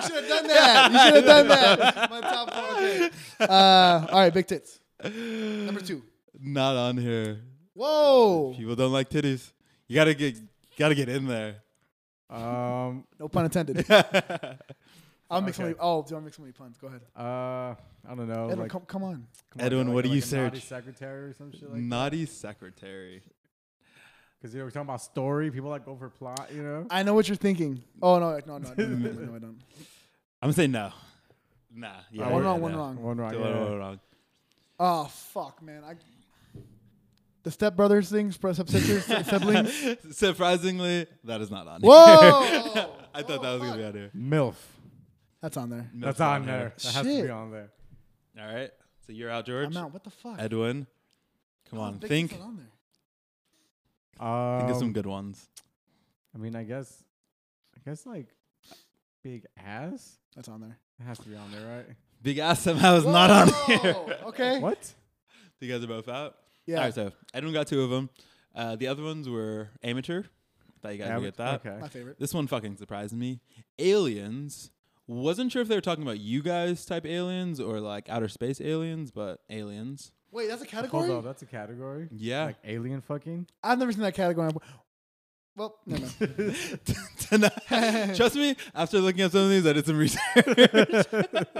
[SPEAKER 2] should have done that. You should have done that. My top four. Okay. Uh, all right, big tits. Number two.
[SPEAKER 1] Not on here.
[SPEAKER 2] Whoa.
[SPEAKER 1] People don't like titties. You gotta get gotta get in there.
[SPEAKER 3] Um,
[SPEAKER 2] No pun intended. I'll make
[SPEAKER 3] Okay.
[SPEAKER 2] so many. Oh, dude, I'll make so many puns. Go ahead.
[SPEAKER 3] uh, I don't know.
[SPEAKER 2] Edwin,
[SPEAKER 3] like,
[SPEAKER 2] come, come on.
[SPEAKER 3] come on,
[SPEAKER 1] Edwin,
[SPEAKER 3] like
[SPEAKER 1] what
[SPEAKER 3] a-
[SPEAKER 1] do you
[SPEAKER 3] like a naughty
[SPEAKER 1] search? Mm.
[SPEAKER 3] Secretary or some shit like.
[SPEAKER 1] Naughty secretary.
[SPEAKER 3] Because you know we're talking about story. People like go for plot. You know.
[SPEAKER 2] I know what you're thinking. Oh no, no, no, no, no, no, no, I don't.
[SPEAKER 1] I'm saying no. Nah. Yeah.
[SPEAKER 3] Uh,
[SPEAKER 2] Oh, One
[SPEAKER 3] yeah,
[SPEAKER 2] wrong, one
[SPEAKER 1] no.
[SPEAKER 2] wrong.
[SPEAKER 3] One wrong.
[SPEAKER 1] One
[SPEAKER 3] yeah.
[SPEAKER 1] wrong, wrong.
[SPEAKER 2] Oh fuck, man. I the stepbrothers things, bro- step sisters, siblings.
[SPEAKER 1] Surprisingly, that is not on. here.
[SPEAKER 2] Whoa,
[SPEAKER 1] I thought that was gonna be on here.
[SPEAKER 3] MILF.
[SPEAKER 2] that's on there.
[SPEAKER 1] No,
[SPEAKER 3] That's
[SPEAKER 1] it's
[SPEAKER 3] on there. That has to
[SPEAKER 2] Shit.
[SPEAKER 3] be on there.
[SPEAKER 1] All right. So you're out, George.
[SPEAKER 2] I'm out. Oh, What the fuck?
[SPEAKER 1] Edwin, come
[SPEAKER 2] How
[SPEAKER 1] on.
[SPEAKER 2] big is
[SPEAKER 1] Think.
[SPEAKER 2] that on there?
[SPEAKER 1] Think of
[SPEAKER 3] Um,
[SPEAKER 1] some good ones.
[SPEAKER 3] I mean, I guess, I guess like big ass.
[SPEAKER 2] That's on there.
[SPEAKER 3] It has to be on there, right?
[SPEAKER 1] Big ass somehow is not on here.
[SPEAKER 2] Whoa, Okay.
[SPEAKER 3] What?
[SPEAKER 1] You guys are both out.
[SPEAKER 2] Yeah.
[SPEAKER 1] All right. So Edwin got two of them. Uh, the other ones were amateur. Thought you guys would get that.
[SPEAKER 3] Okay.
[SPEAKER 2] My favorite.
[SPEAKER 1] This one fucking surprised me. Aliens. Wasn't sure if they were talking about you guys type aliens or like outer space aliens, but aliens.
[SPEAKER 2] Wait, that's a
[SPEAKER 3] Hold
[SPEAKER 2] category.
[SPEAKER 3] on, that's a category.
[SPEAKER 1] Yeah.
[SPEAKER 3] Like alien fucking.
[SPEAKER 2] I've never seen that category. Well, no, no.
[SPEAKER 1] Tonight- Trust me, after looking at some of these, I did some research.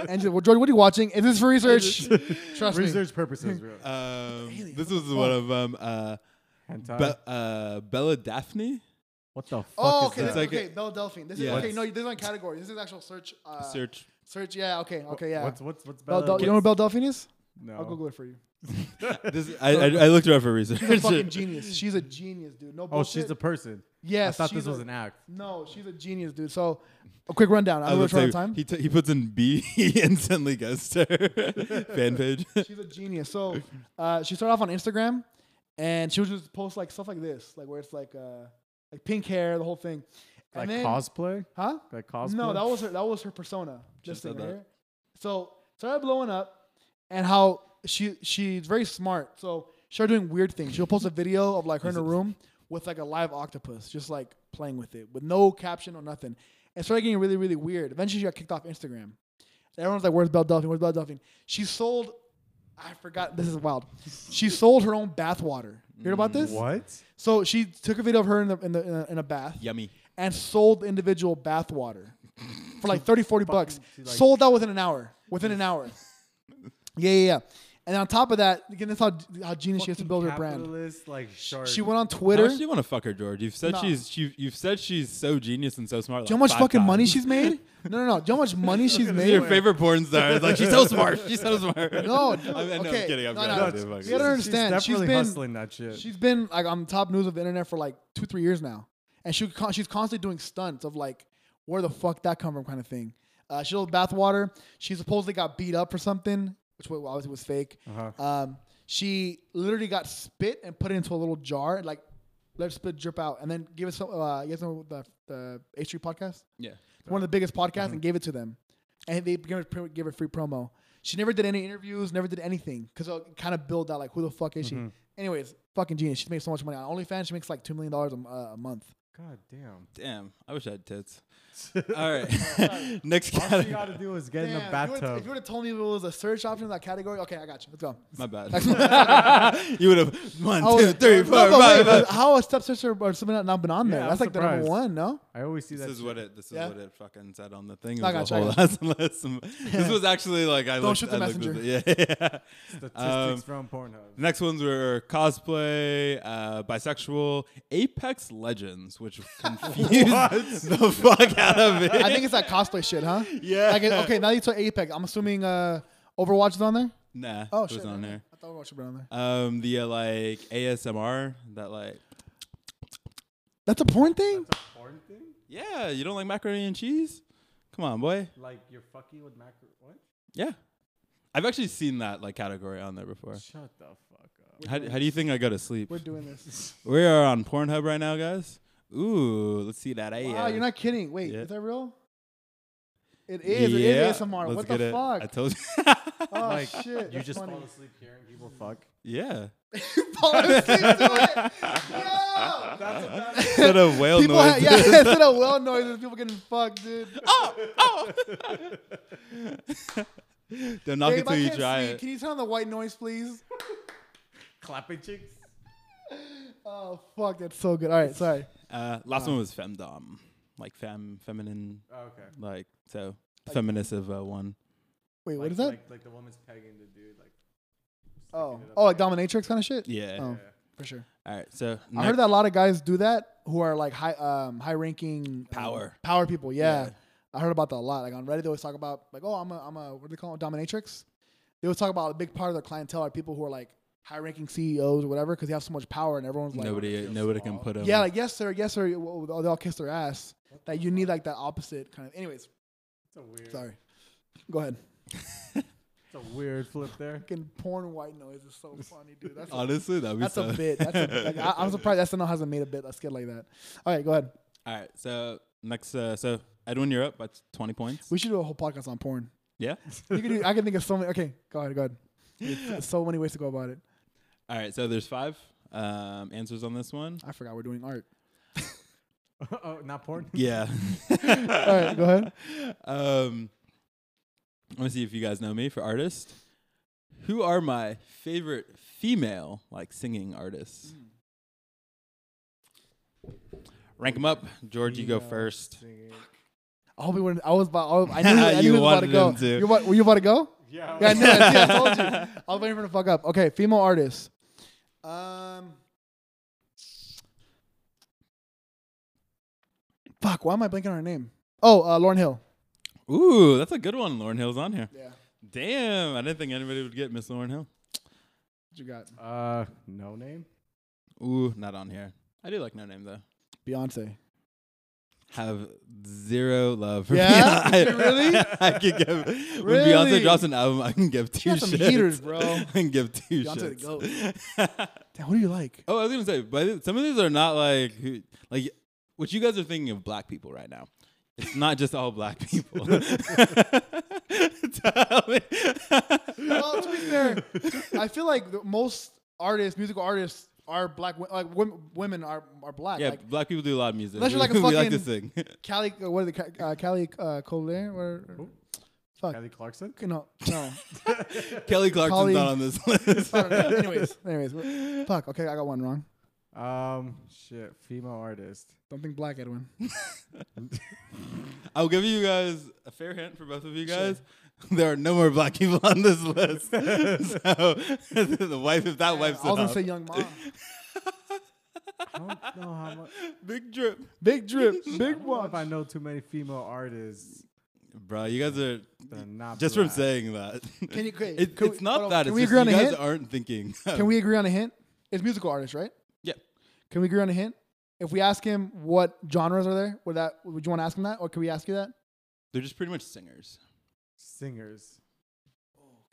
[SPEAKER 2] Angela, well, Jordan, what are you watching? Is this for research? Trust
[SPEAKER 3] Research purposes, really.
[SPEAKER 1] um,
[SPEAKER 2] Alien,
[SPEAKER 1] this
[SPEAKER 2] what
[SPEAKER 1] was
[SPEAKER 2] the
[SPEAKER 1] one
[SPEAKER 2] fuck?
[SPEAKER 1] of them. Uh,
[SPEAKER 3] Hentai.
[SPEAKER 1] Be- uh, Bella Daphne
[SPEAKER 3] what the fuck
[SPEAKER 2] me. Oh,
[SPEAKER 3] is
[SPEAKER 1] that?
[SPEAKER 2] okay. This,
[SPEAKER 1] It's
[SPEAKER 2] is
[SPEAKER 1] like
[SPEAKER 2] okay,
[SPEAKER 1] a-
[SPEAKER 2] Belle Delphine. This
[SPEAKER 1] Yeah.
[SPEAKER 2] is okay.
[SPEAKER 1] What's-
[SPEAKER 2] No, this isn't category. This is actual search. Uh,
[SPEAKER 1] search.
[SPEAKER 2] Search, yeah, okay, okay, yeah.
[SPEAKER 3] What's what's what's
[SPEAKER 2] Belle
[SPEAKER 3] better?
[SPEAKER 2] Del- you know what Belle Delphine is?
[SPEAKER 3] no.
[SPEAKER 2] I'll Google it for you.
[SPEAKER 1] This I, I, I looked her up for research.
[SPEAKER 2] She's a fucking genius. She's a genius, dude. No
[SPEAKER 3] Oh,
[SPEAKER 2] bullshit.
[SPEAKER 3] she's a person. I
[SPEAKER 2] Yes,
[SPEAKER 3] thought this
[SPEAKER 2] she's a-
[SPEAKER 3] was an act.
[SPEAKER 2] no, she's a genius, dude. So, a quick rundown.
[SPEAKER 1] I
[SPEAKER 2] I don't know
[SPEAKER 1] would
[SPEAKER 2] if we're
[SPEAKER 1] say
[SPEAKER 2] on time.
[SPEAKER 1] he, t- he puts in B, he instantly goes to her fan page.
[SPEAKER 2] she's a genius. So, uh, she started off on Instagram, and she would just post like stuff like this, like where it's like uh, like pink hair, the whole thing. And
[SPEAKER 3] Like
[SPEAKER 2] then-
[SPEAKER 3] cosplay.
[SPEAKER 2] Huh?
[SPEAKER 3] Like cosplay.
[SPEAKER 2] No, that was her. That was her persona. This
[SPEAKER 1] said
[SPEAKER 2] thing right
[SPEAKER 1] that.
[SPEAKER 2] here. So started blowing up, and how she she's very smart. So she started doing weird things. She'll post a video of like her in a room with like a live octopus, just like playing with it, with no caption or nothing, and started getting really really weird. Eventually, she got kicked off Instagram. Everyone's like, "Where's Belle Delphine? Where's Belle Delphine?" She sold. I forgot. This is wild. She sold her own bathwater. Heard about this?
[SPEAKER 3] What?
[SPEAKER 2] So she took a video of her in the in the in a, in a bath
[SPEAKER 1] Yummy.
[SPEAKER 2] and sold individual bath water for like 30, 40 bucks.
[SPEAKER 3] she like-
[SPEAKER 2] sold out within an hour. Within an hour. yeah, yeah, yeah. And on top of that, again, that's how, how genius she has to
[SPEAKER 3] Fucking
[SPEAKER 2] build her brand.
[SPEAKER 3] capitalist, Like shark.
[SPEAKER 2] She went on
[SPEAKER 1] How
[SPEAKER 2] Twitter.
[SPEAKER 1] much do you want to fuck her, George? You've said
[SPEAKER 2] Nah.
[SPEAKER 1] she's she, you've said she's so genius and so smart.
[SPEAKER 2] Do you know how
[SPEAKER 1] like
[SPEAKER 2] much
[SPEAKER 1] five
[SPEAKER 2] fucking
[SPEAKER 1] times.
[SPEAKER 2] money she's made? No, no, no. Do you know how much money she's
[SPEAKER 1] She's your
[SPEAKER 2] made?
[SPEAKER 1] favorite porn star. It's like she's so smart. She's so smart.
[SPEAKER 2] No,
[SPEAKER 1] I mean,
[SPEAKER 2] dude,
[SPEAKER 1] no, I'm kidding.
[SPEAKER 2] okay.
[SPEAKER 1] I'm
[SPEAKER 2] No,
[SPEAKER 1] kidding.
[SPEAKER 2] no,
[SPEAKER 1] I'm kidding.
[SPEAKER 2] you
[SPEAKER 1] I'm
[SPEAKER 2] gotta
[SPEAKER 1] kidding.
[SPEAKER 2] understand, she's
[SPEAKER 3] She's definitely
[SPEAKER 2] been-
[SPEAKER 3] hustling that shit.
[SPEAKER 2] She's been like on top news of the internet for like two, three years now, and she con- she's constantly doing stunts of like where the fuck that come from kind of thing. Uh, she sold bathwater. She supposedly got beat up for something, which wa- obviously was fake.
[SPEAKER 3] Uh-huh.
[SPEAKER 2] Um, she literally got spit and put it into a little jar, and, like let spit drip out, and then give it some. Uh, you guys know the the H three podcast,
[SPEAKER 1] Yeah.
[SPEAKER 2] It's one of the biggest podcasts,
[SPEAKER 1] Mm-hmm.
[SPEAKER 2] and gave it to them, and they gave her, gave her free promo. She never did any interviews, never did anything, because it kind of build
[SPEAKER 1] Mm-hmm.
[SPEAKER 2] out like who the fuck is she? Anyways, fucking genius. She's made so much money on OnlyFans. She makes like two million dollars a m- uh, a month.
[SPEAKER 3] God damn.
[SPEAKER 1] Damn, I wish I had tits. All right, next
[SPEAKER 3] All you
[SPEAKER 1] category.
[SPEAKER 3] gotta do is get in the
[SPEAKER 2] Damn, if you would've- If you
[SPEAKER 3] bathtub.
[SPEAKER 2] would have told me it was a search option in that category, okay, I got you. Let's go.
[SPEAKER 1] My bad. you would have one,
[SPEAKER 2] Oh,
[SPEAKER 1] two, three, four,
[SPEAKER 2] no, but
[SPEAKER 1] five,
[SPEAKER 2] wait,
[SPEAKER 1] five.
[SPEAKER 2] How a stepsister or something not- not been on there?
[SPEAKER 3] Yeah,
[SPEAKER 2] That's
[SPEAKER 3] I'm
[SPEAKER 2] like the number
[SPEAKER 3] surprised.
[SPEAKER 2] one, no?
[SPEAKER 3] I always see
[SPEAKER 1] This
[SPEAKER 3] that.
[SPEAKER 1] is
[SPEAKER 3] shit.
[SPEAKER 1] what it. This is
[SPEAKER 2] Yeah.
[SPEAKER 1] what it fucking said on the thing. It
[SPEAKER 2] I
[SPEAKER 1] was
[SPEAKER 2] got
[SPEAKER 1] a
[SPEAKER 2] you,
[SPEAKER 1] whole
[SPEAKER 2] I
[SPEAKER 1] ass lesson. This was actually like I
[SPEAKER 2] Don't
[SPEAKER 1] looked,
[SPEAKER 2] shoot the
[SPEAKER 1] I looked
[SPEAKER 2] messenger.
[SPEAKER 1] at the- Yeah, yeah.
[SPEAKER 3] Statistics
[SPEAKER 1] Um,
[SPEAKER 3] from Pornhub.
[SPEAKER 1] Next ones were cosplay, uh, bisexual, Apex Legends, which confused the fuck out of me.
[SPEAKER 2] I think it's that cosplay shit, huh?
[SPEAKER 1] Yeah.
[SPEAKER 2] Like, it- okay, now you took Apex. I'm assuming uh, Overwatch is on there.
[SPEAKER 1] nah,
[SPEAKER 2] Oh
[SPEAKER 1] it
[SPEAKER 2] shit,
[SPEAKER 1] was on
[SPEAKER 2] okay.
[SPEAKER 1] there.
[SPEAKER 2] I thought Overwatch was on there.
[SPEAKER 1] Um, the uh, like ASMR that like
[SPEAKER 2] That's a porn thing.
[SPEAKER 3] Porn thing?
[SPEAKER 1] yeah, you don't like macaroni and cheese? Come on, boy.
[SPEAKER 3] Like you're fucking with macro. What?
[SPEAKER 1] Yeah, I've actually seen that like category on there before.
[SPEAKER 3] Shut the fuck up.
[SPEAKER 1] How, how do you think I go to sleep?
[SPEAKER 2] We're doing this.
[SPEAKER 1] We are on Pornhub right now, guys. Ooh, let's see that.
[SPEAKER 2] Wow,
[SPEAKER 1] AS.
[SPEAKER 2] you're not kidding. Wait,
[SPEAKER 1] Yeah.
[SPEAKER 2] is that real? It is. It
[SPEAKER 1] Yeah,
[SPEAKER 2] is ASMR.
[SPEAKER 1] let's
[SPEAKER 2] what the
[SPEAKER 1] get it.
[SPEAKER 2] fuck?
[SPEAKER 1] I told you.
[SPEAKER 2] oh
[SPEAKER 3] Like,
[SPEAKER 2] shit.
[SPEAKER 3] You
[SPEAKER 2] that's
[SPEAKER 3] just
[SPEAKER 2] funny.
[SPEAKER 3] fall asleep hearing people fuck.
[SPEAKER 1] yeah.
[SPEAKER 2] You fall asleep to it. Yo.
[SPEAKER 1] Instead of whale
[SPEAKER 2] People,
[SPEAKER 1] noises.
[SPEAKER 2] ha- yeah, instead of well noises, people getting fucked, dude.
[SPEAKER 1] Don't knock
[SPEAKER 2] Babe,
[SPEAKER 1] it
[SPEAKER 2] I
[SPEAKER 1] till you
[SPEAKER 2] can't
[SPEAKER 1] try
[SPEAKER 2] see.
[SPEAKER 1] it.
[SPEAKER 2] Can you turn on the white noise, please?
[SPEAKER 3] Clapping chicks.
[SPEAKER 2] Oh fuck, that's so good. All right, sorry.
[SPEAKER 1] Uh, last
[SPEAKER 2] Oh.
[SPEAKER 1] one was femdom, like fem, feminine,
[SPEAKER 3] Oh, okay.
[SPEAKER 1] like so feminist of uh, one.
[SPEAKER 2] Wait, what
[SPEAKER 3] Like-
[SPEAKER 2] is that?
[SPEAKER 3] Like, like the woman's pegging the dude. Like. it
[SPEAKER 2] oh,
[SPEAKER 3] up
[SPEAKER 2] oh, like dominatrix kind of shit.
[SPEAKER 1] Yeah.
[SPEAKER 2] Oh,
[SPEAKER 3] Yeah.
[SPEAKER 2] for sure.
[SPEAKER 1] All right. So
[SPEAKER 2] I heard that a lot of guys do that who are like high, um, high ranking
[SPEAKER 1] Power.
[SPEAKER 2] power people. Yeah.
[SPEAKER 1] Yeah.
[SPEAKER 2] I heard about that a lot. Like on Reddit, they always talk about like, oh, I'm a, I'm a, what do they call it, dominatrix. They always talk about a big part of their clientele are people who are like high ranking CEOs or whatever because they have so much power and everyone's like,
[SPEAKER 1] nobody, nobody can put him.
[SPEAKER 2] yeah, like yes sir, yes sir. Well, They all kiss their ass. That you need like that opposite kind of. Anyways,
[SPEAKER 3] It's a weird.
[SPEAKER 2] sorry. Go ahead.
[SPEAKER 3] It's a weird flip there.
[SPEAKER 2] Fucking porn white noise is so funny, dude. That's a,
[SPEAKER 1] honestly, that'd be
[SPEAKER 2] that's
[SPEAKER 1] so-
[SPEAKER 2] a bit. That's a, like, I, I'm surprised SNL hasn't made a bit that's good like that. All right, go ahead.
[SPEAKER 1] All right. So next, uh, so Edwin, you're up by t- 20 points.
[SPEAKER 2] We should do a whole podcast on porn.
[SPEAKER 1] yeah.
[SPEAKER 2] You can do, I can think of so many. Okay, go ahead, go ahead. There's so many ways to go about it.
[SPEAKER 1] All right. So there's five um, answers on this one.
[SPEAKER 2] I forgot we're doing art.
[SPEAKER 3] oh, not porn.
[SPEAKER 1] Yeah.
[SPEAKER 2] All right, go ahead.
[SPEAKER 1] Um, let me see if you guys know me for artist. Who are my favorite female like singing artists? Rank them up. George, you go
[SPEAKER 3] Female
[SPEAKER 1] first.
[SPEAKER 3] singing.
[SPEAKER 2] I hope we were. I was about. I, I knew. I knew
[SPEAKER 1] You
[SPEAKER 2] you was about to
[SPEAKER 1] wanted
[SPEAKER 2] go.
[SPEAKER 1] him to.
[SPEAKER 2] You about, were you about to go?
[SPEAKER 3] Yeah.
[SPEAKER 2] Yeah, I knew. it. See, I told you. I was waiting for him to fuck up. Okay, female artist. Um. Fuck. Why am I blanking on her name? Oh, uh, Lauren Hill.
[SPEAKER 1] Ooh, that's a good one. Lauren Hill's on here.
[SPEAKER 2] Yeah. What
[SPEAKER 1] Damn, I didn't think anybody would get Miss Lauren Hill.
[SPEAKER 2] you got?
[SPEAKER 3] Uh, no name.
[SPEAKER 1] Ooh, not on here. I do like no name though.
[SPEAKER 2] Beyonce.
[SPEAKER 1] Have zero love for
[SPEAKER 2] Yeah?
[SPEAKER 1] Beyonce.
[SPEAKER 2] Really?
[SPEAKER 1] I could give when
[SPEAKER 2] Really?
[SPEAKER 1] Beyonce drops an album, I can give two
[SPEAKER 2] got some
[SPEAKER 1] shits.
[SPEAKER 2] heaters, bro.
[SPEAKER 1] I can give two
[SPEAKER 2] Beyonce the
[SPEAKER 1] shits.
[SPEAKER 2] goat. Damn, who do you like?
[SPEAKER 1] Oh, I was gonna say, but some of these are not like who- like what you guys are thinking of black people right now. It's not just all black people. Tell me.
[SPEAKER 2] well, to be fair, I feel like the, most artists, musical artists, are black. wo- Like women, women are are black.
[SPEAKER 1] yeah,
[SPEAKER 2] Like
[SPEAKER 1] black people do a lot of music.
[SPEAKER 2] Unless you're like a
[SPEAKER 1] we like to
[SPEAKER 2] fucking-
[SPEAKER 1] sing.
[SPEAKER 2] Cali, uh, what are the uh, Cali uh, Colbert? Or,
[SPEAKER 3] Who?
[SPEAKER 2] fuck.
[SPEAKER 3] Kelly Clarkson.
[SPEAKER 2] No, no.
[SPEAKER 1] Kelly Clarkson's
[SPEAKER 2] Colleen.
[SPEAKER 1] not on this list.
[SPEAKER 2] I don't know. anyways, anyways, fuck. Okay, I got one wrong.
[SPEAKER 3] Um, shit. Female artist.
[SPEAKER 2] Don't think black, Edwin.
[SPEAKER 1] I'll give you guys a fair hint for both of you guys. There are no more black people on this list. so the wife, if that wipes it
[SPEAKER 2] I was gonna
[SPEAKER 1] off,
[SPEAKER 2] say young mom.
[SPEAKER 3] I don't know how much.
[SPEAKER 1] big drip,
[SPEAKER 2] Big drip, big
[SPEAKER 3] Well, if
[SPEAKER 2] one.
[SPEAKER 3] I know too many female artists,
[SPEAKER 1] bro. You guys are
[SPEAKER 3] they're not
[SPEAKER 1] just from
[SPEAKER 3] black.
[SPEAKER 1] saying that.
[SPEAKER 2] Can you- can-
[SPEAKER 1] It-
[SPEAKER 2] can
[SPEAKER 1] it's
[SPEAKER 2] we-
[SPEAKER 1] not
[SPEAKER 2] hold on,
[SPEAKER 1] that.
[SPEAKER 2] can
[SPEAKER 1] it's
[SPEAKER 2] we
[SPEAKER 1] just
[SPEAKER 2] agree on
[SPEAKER 1] you
[SPEAKER 2] a
[SPEAKER 1] guys
[SPEAKER 2] hint?
[SPEAKER 1] aren't thinking.
[SPEAKER 2] Can we agree on a hint? It's musical artist, right?
[SPEAKER 1] Yeah.
[SPEAKER 2] Can we agree on a hint? If we ask him what genres are there, would that would you want to ask him that, or can we ask you that?
[SPEAKER 1] They're just pretty much singers.
[SPEAKER 3] singers.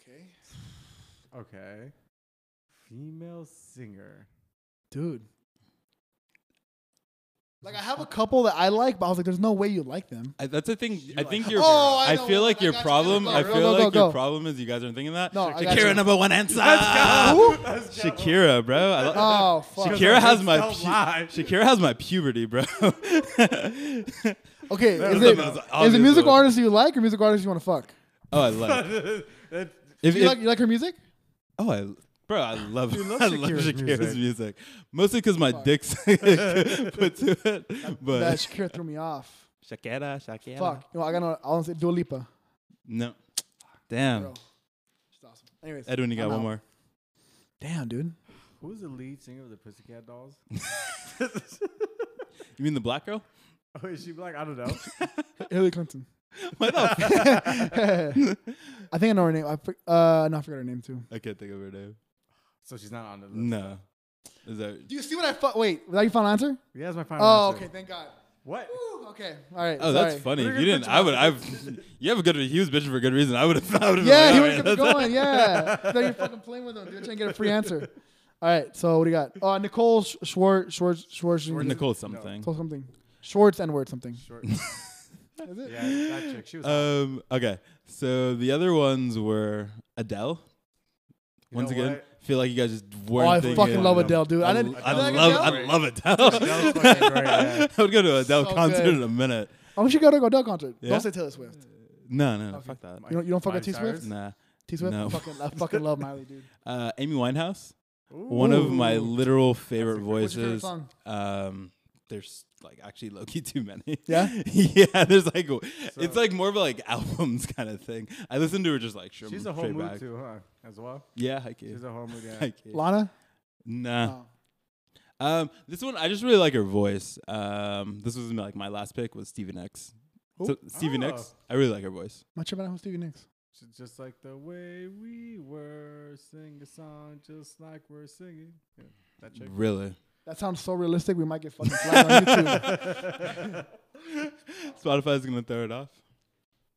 [SPEAKER 2] Okay,
[SPEAKER 3] Okay. Female singer.
[SPEAKER 2] dude. Like I have a couple that I like, but I was like, there's no way you like them.
[SPEAKER 1] I, that's the thing. I think
[SPEAKER 2] you're
[SPEAKER 1] you're.
[SPEAKER 2] Oh, I
[SPEAKER 1] I,
[SPEAKER 2] know
[SPEAKER 1] feel
[SPEAKER 2] one.
[SPEAKER 1] like
[SPEAKER 2] I
[SPEAKER 1] your
[SPEAKER 2] got you.
[SPEAKER 1] problem.
[SPEAKER 2] Go,
[SPEAKER 1] I
[SPEAKER 2] go,
[SPEAKER 1] feel
[SPEAKER 2] go,
[SPEAKER 1] like
[SPEAKER 2] go.
[SPEAKER 1] your problem is you guys aren't thinking that.
[SPEAKER 2] No, I got you.
[SPEAKER 1] Shakira number one answer.
[SPEAKER 2] Who?
[SPEAKER 1] Shakira, bro. I lo-
[SPEAKER 2] Oh fuck.
[SPEAKER 1] Shakira has my
[SPEAKER 3] Don't
[SPEAKER 1] pu-
[SPEAKER 3] lie.
[SPEAKER 1] Shakira has my puberty, bro. Oh,
[SPEAKER 2] Okay,
[SPEAKER 1] That was
[SPEAKER 2] is
[SPEAKER 1] the
[SPEAKER 2] it
[SPEAKER 1] most
[SPEAKER 2] is it
[SPEAKER 1] obvious
[SPEAKER 2] musical
[SPEAKER 1] one.
[SPEAKER 2] artists you like or music artists you want to fuck?
[SPEAKER 1] oh, I love. It. If,
[SPEAKER 2] Do
[SPEAKER 1] if-
[SPEAKER 2] you like you like her music?
[SPEAKER 1] oh, I bro, I love.
[SPEAKER 3] You love
[SPEAKER 1] I love
[SPEAKER 3] Shakira's
[SPEAKER 1] Shakira's music,
[SPEAKER 3] music.
[SPEAKER 1] mostly because my dick's put to it.
[SPEAKER 2] That
[SPEAKER 1] But
[SPEAKER 2] Shakira threw me off.
[SPEAKER 1] Shakira, Shakira.
[SPEAKER 2] Fuck. You know, I got no, I want to say Dua Lipa.
[SPEAKER 1] No, damn.
[SPEAKER 2] Bro. She's awesome. Anyways,
[SPEAKER 1] Edwin, you got
[SPEAKER 2] I'm
[SPEAKER 1] one
[SPEAKER 2] out.
[SPEAKER 1] more.
[SPEAKER 2] Damn, dude.
[SPEAKER 3] Who's the lead singer of the Pussycat Dolls?
[SPEAKER 1] You mean the black girl?
[SPEAKER 3] oh, is she black? I don't know.
[SPEAKER 2] Hillary Clinton.
[SPEAKER 1] What the f-
[SPEAKER 2] I think I know her name. I for, uh, no, I forgot her name too.
[SPEAKER 1] I can't think of her name.
[SPEAKER 3] so she's not on the list.
[SPEAKER 1] No. Is that
[SPEAKER 2] Do you see what I fuck? Wait, was that your final answer?
[SPEAKER 3] Yeah, that's my final
[SPEAKER 2] Oh,
[SPEAKER 3] answer.
[SPEAKER 2] okay. Thank God.
[SPEAKER 3] What?
[SPEAKER 2] Whew, okay. All right.
[SPEAKER 1] Oh, that's
[SPEAKER 2] sorry.
[SPEAKER 1] funny.
[SPEAKER 3] We're
[SPEAKER 1] If
[SPEAKER 3] gonna
[SPEAKER 1] you didn't,
[SPEAKER 3] bitch
[SPEAKER 1] I would.
[SPEAKER 3] about
[SPEAKER 1] I've. You have a good. He was bitching for a good reason. I would have. thought.
[SPEAKER 2] Yeah, he would have kept going. Yeah. Now you're fucking playing with him, dude. Trying to get a free answer. All right. So what do you got? Uh, Nicole Sch- Schwartz, Schwartz, Schwartz,
[SPEAKER 1] Nicole something.
[SPEAKER 2] Nicole something. Schwartz and word something.
[SPEAKER 3] Short.
[SPEAKER 2] Is it?
[SPEAKER 3] Yeah, that chick. She was. hot.
[SPEAKER 1] Um. Okay. So the other ones were Adele.
[SPEAKER 3] You
[SPEAKER 1] Once
[SPEAKER 3] know
[SPEAKER 1] again,
[SPEAKER 3] what?
[SPEAKER 1] feel like you guys just
[SPEAKER 2] Oh,
[SPEAKER 1] weren't.
[SPEAKER 2] I
[SPEAKER 1] thinking.
[SPEAKER 2] fucking love Adele, dude. I,
[SPEAKER 1] I,
[SPEAKER 2] didn't.
[SPEAKER 1] I
[SPEAKER 2] you like
[SPEAKER 1] love.
[SPEAKER 2] Adele?
[SPEAKER 1] I love Adele.
[SPEAKER 3] That was fucking great, yeah.
[SPEAKER 1] I would go to an Adele
[SPEAKER 2] So
[SPEAKER 1] concert
[SPEAKER 2] good.
[SPEAKER 1] in a minute.
[SPEAKER 2] Oh, we should go to a Adele concert.
[SPEAKER 1] Yeah?
[SPEAKER 2] Don't say Taylor Swift.
[SPEAKER 1] No, no, no. Fuck that.
[SPEAKER 2] You don't, you don't fuck with
[SPEAKER 3] Miley
[SPEAKER 2] T Swift?
[SPEAKER 3] Cyrus?
[SPEAKER 1] Nah.
[SPEAKER 2] T Swift?
[SPEAKER 1] No.
[SPEAKER 2] Fucking, I fucking love Miley, dude.
[SPEAKER 1] Uh, Amy Winehouse. One of my
[SPEAKER 3] Ooh.
[SPEAKER 1] literal favorite
[SPEAKER 2] What's your
[SPEAKER 1] voices.
[SPEAKER 2] favorite song?
[SPEAKER 1] Um, there's like actually low key too many.
[SPEAKER 2] Yeah?
[SPEAKER 1] yeah. There's like
[SPEAKER 3] So-
[SPEAKER 1] it's like more of a like albums kind of thing. I listen to her just like
[SPEAKER 3] She's a whole
[SPEAKER 1] straight
[SPEAKER 3] mood
[SPEAKER 1] back.
[SPEAKER 3] too, huh? As well.
[SPEAKER 1] Yeah, I
[SPEAKER 3] She's
[SPEAKER 1] can.
[SPEAKER 3] a whole mood.
[SPEAKER 1] I
[SPEAKER 3] Yeah.
[SPEAKER 1] can.
[SPEAKER 2] Lana?
[SPEAKER 1] Nah.
[SPEAKER 2] Oh.
[SPEAKER 1] Um, this one I just really like her voice. Um, this was like my last pick was Stevie Nicks.
[SPEAKER 2] Who? Ah.
[SPEAKER 1] So Stevie Nicks, I really like her voice.
[SPEAKER 2] My chip and I host Stevie Nicks.
[SPEAKER 3] J- Just like the way we were, sing a song just like we're singing. Yeah, that chick.
[SPEAKER 1] Really.
[SPEAKER 2] That sounds so realistic. We might get fucking flagged on YouTube.
[SPEAKER 1] Spotify's gonna throw it off.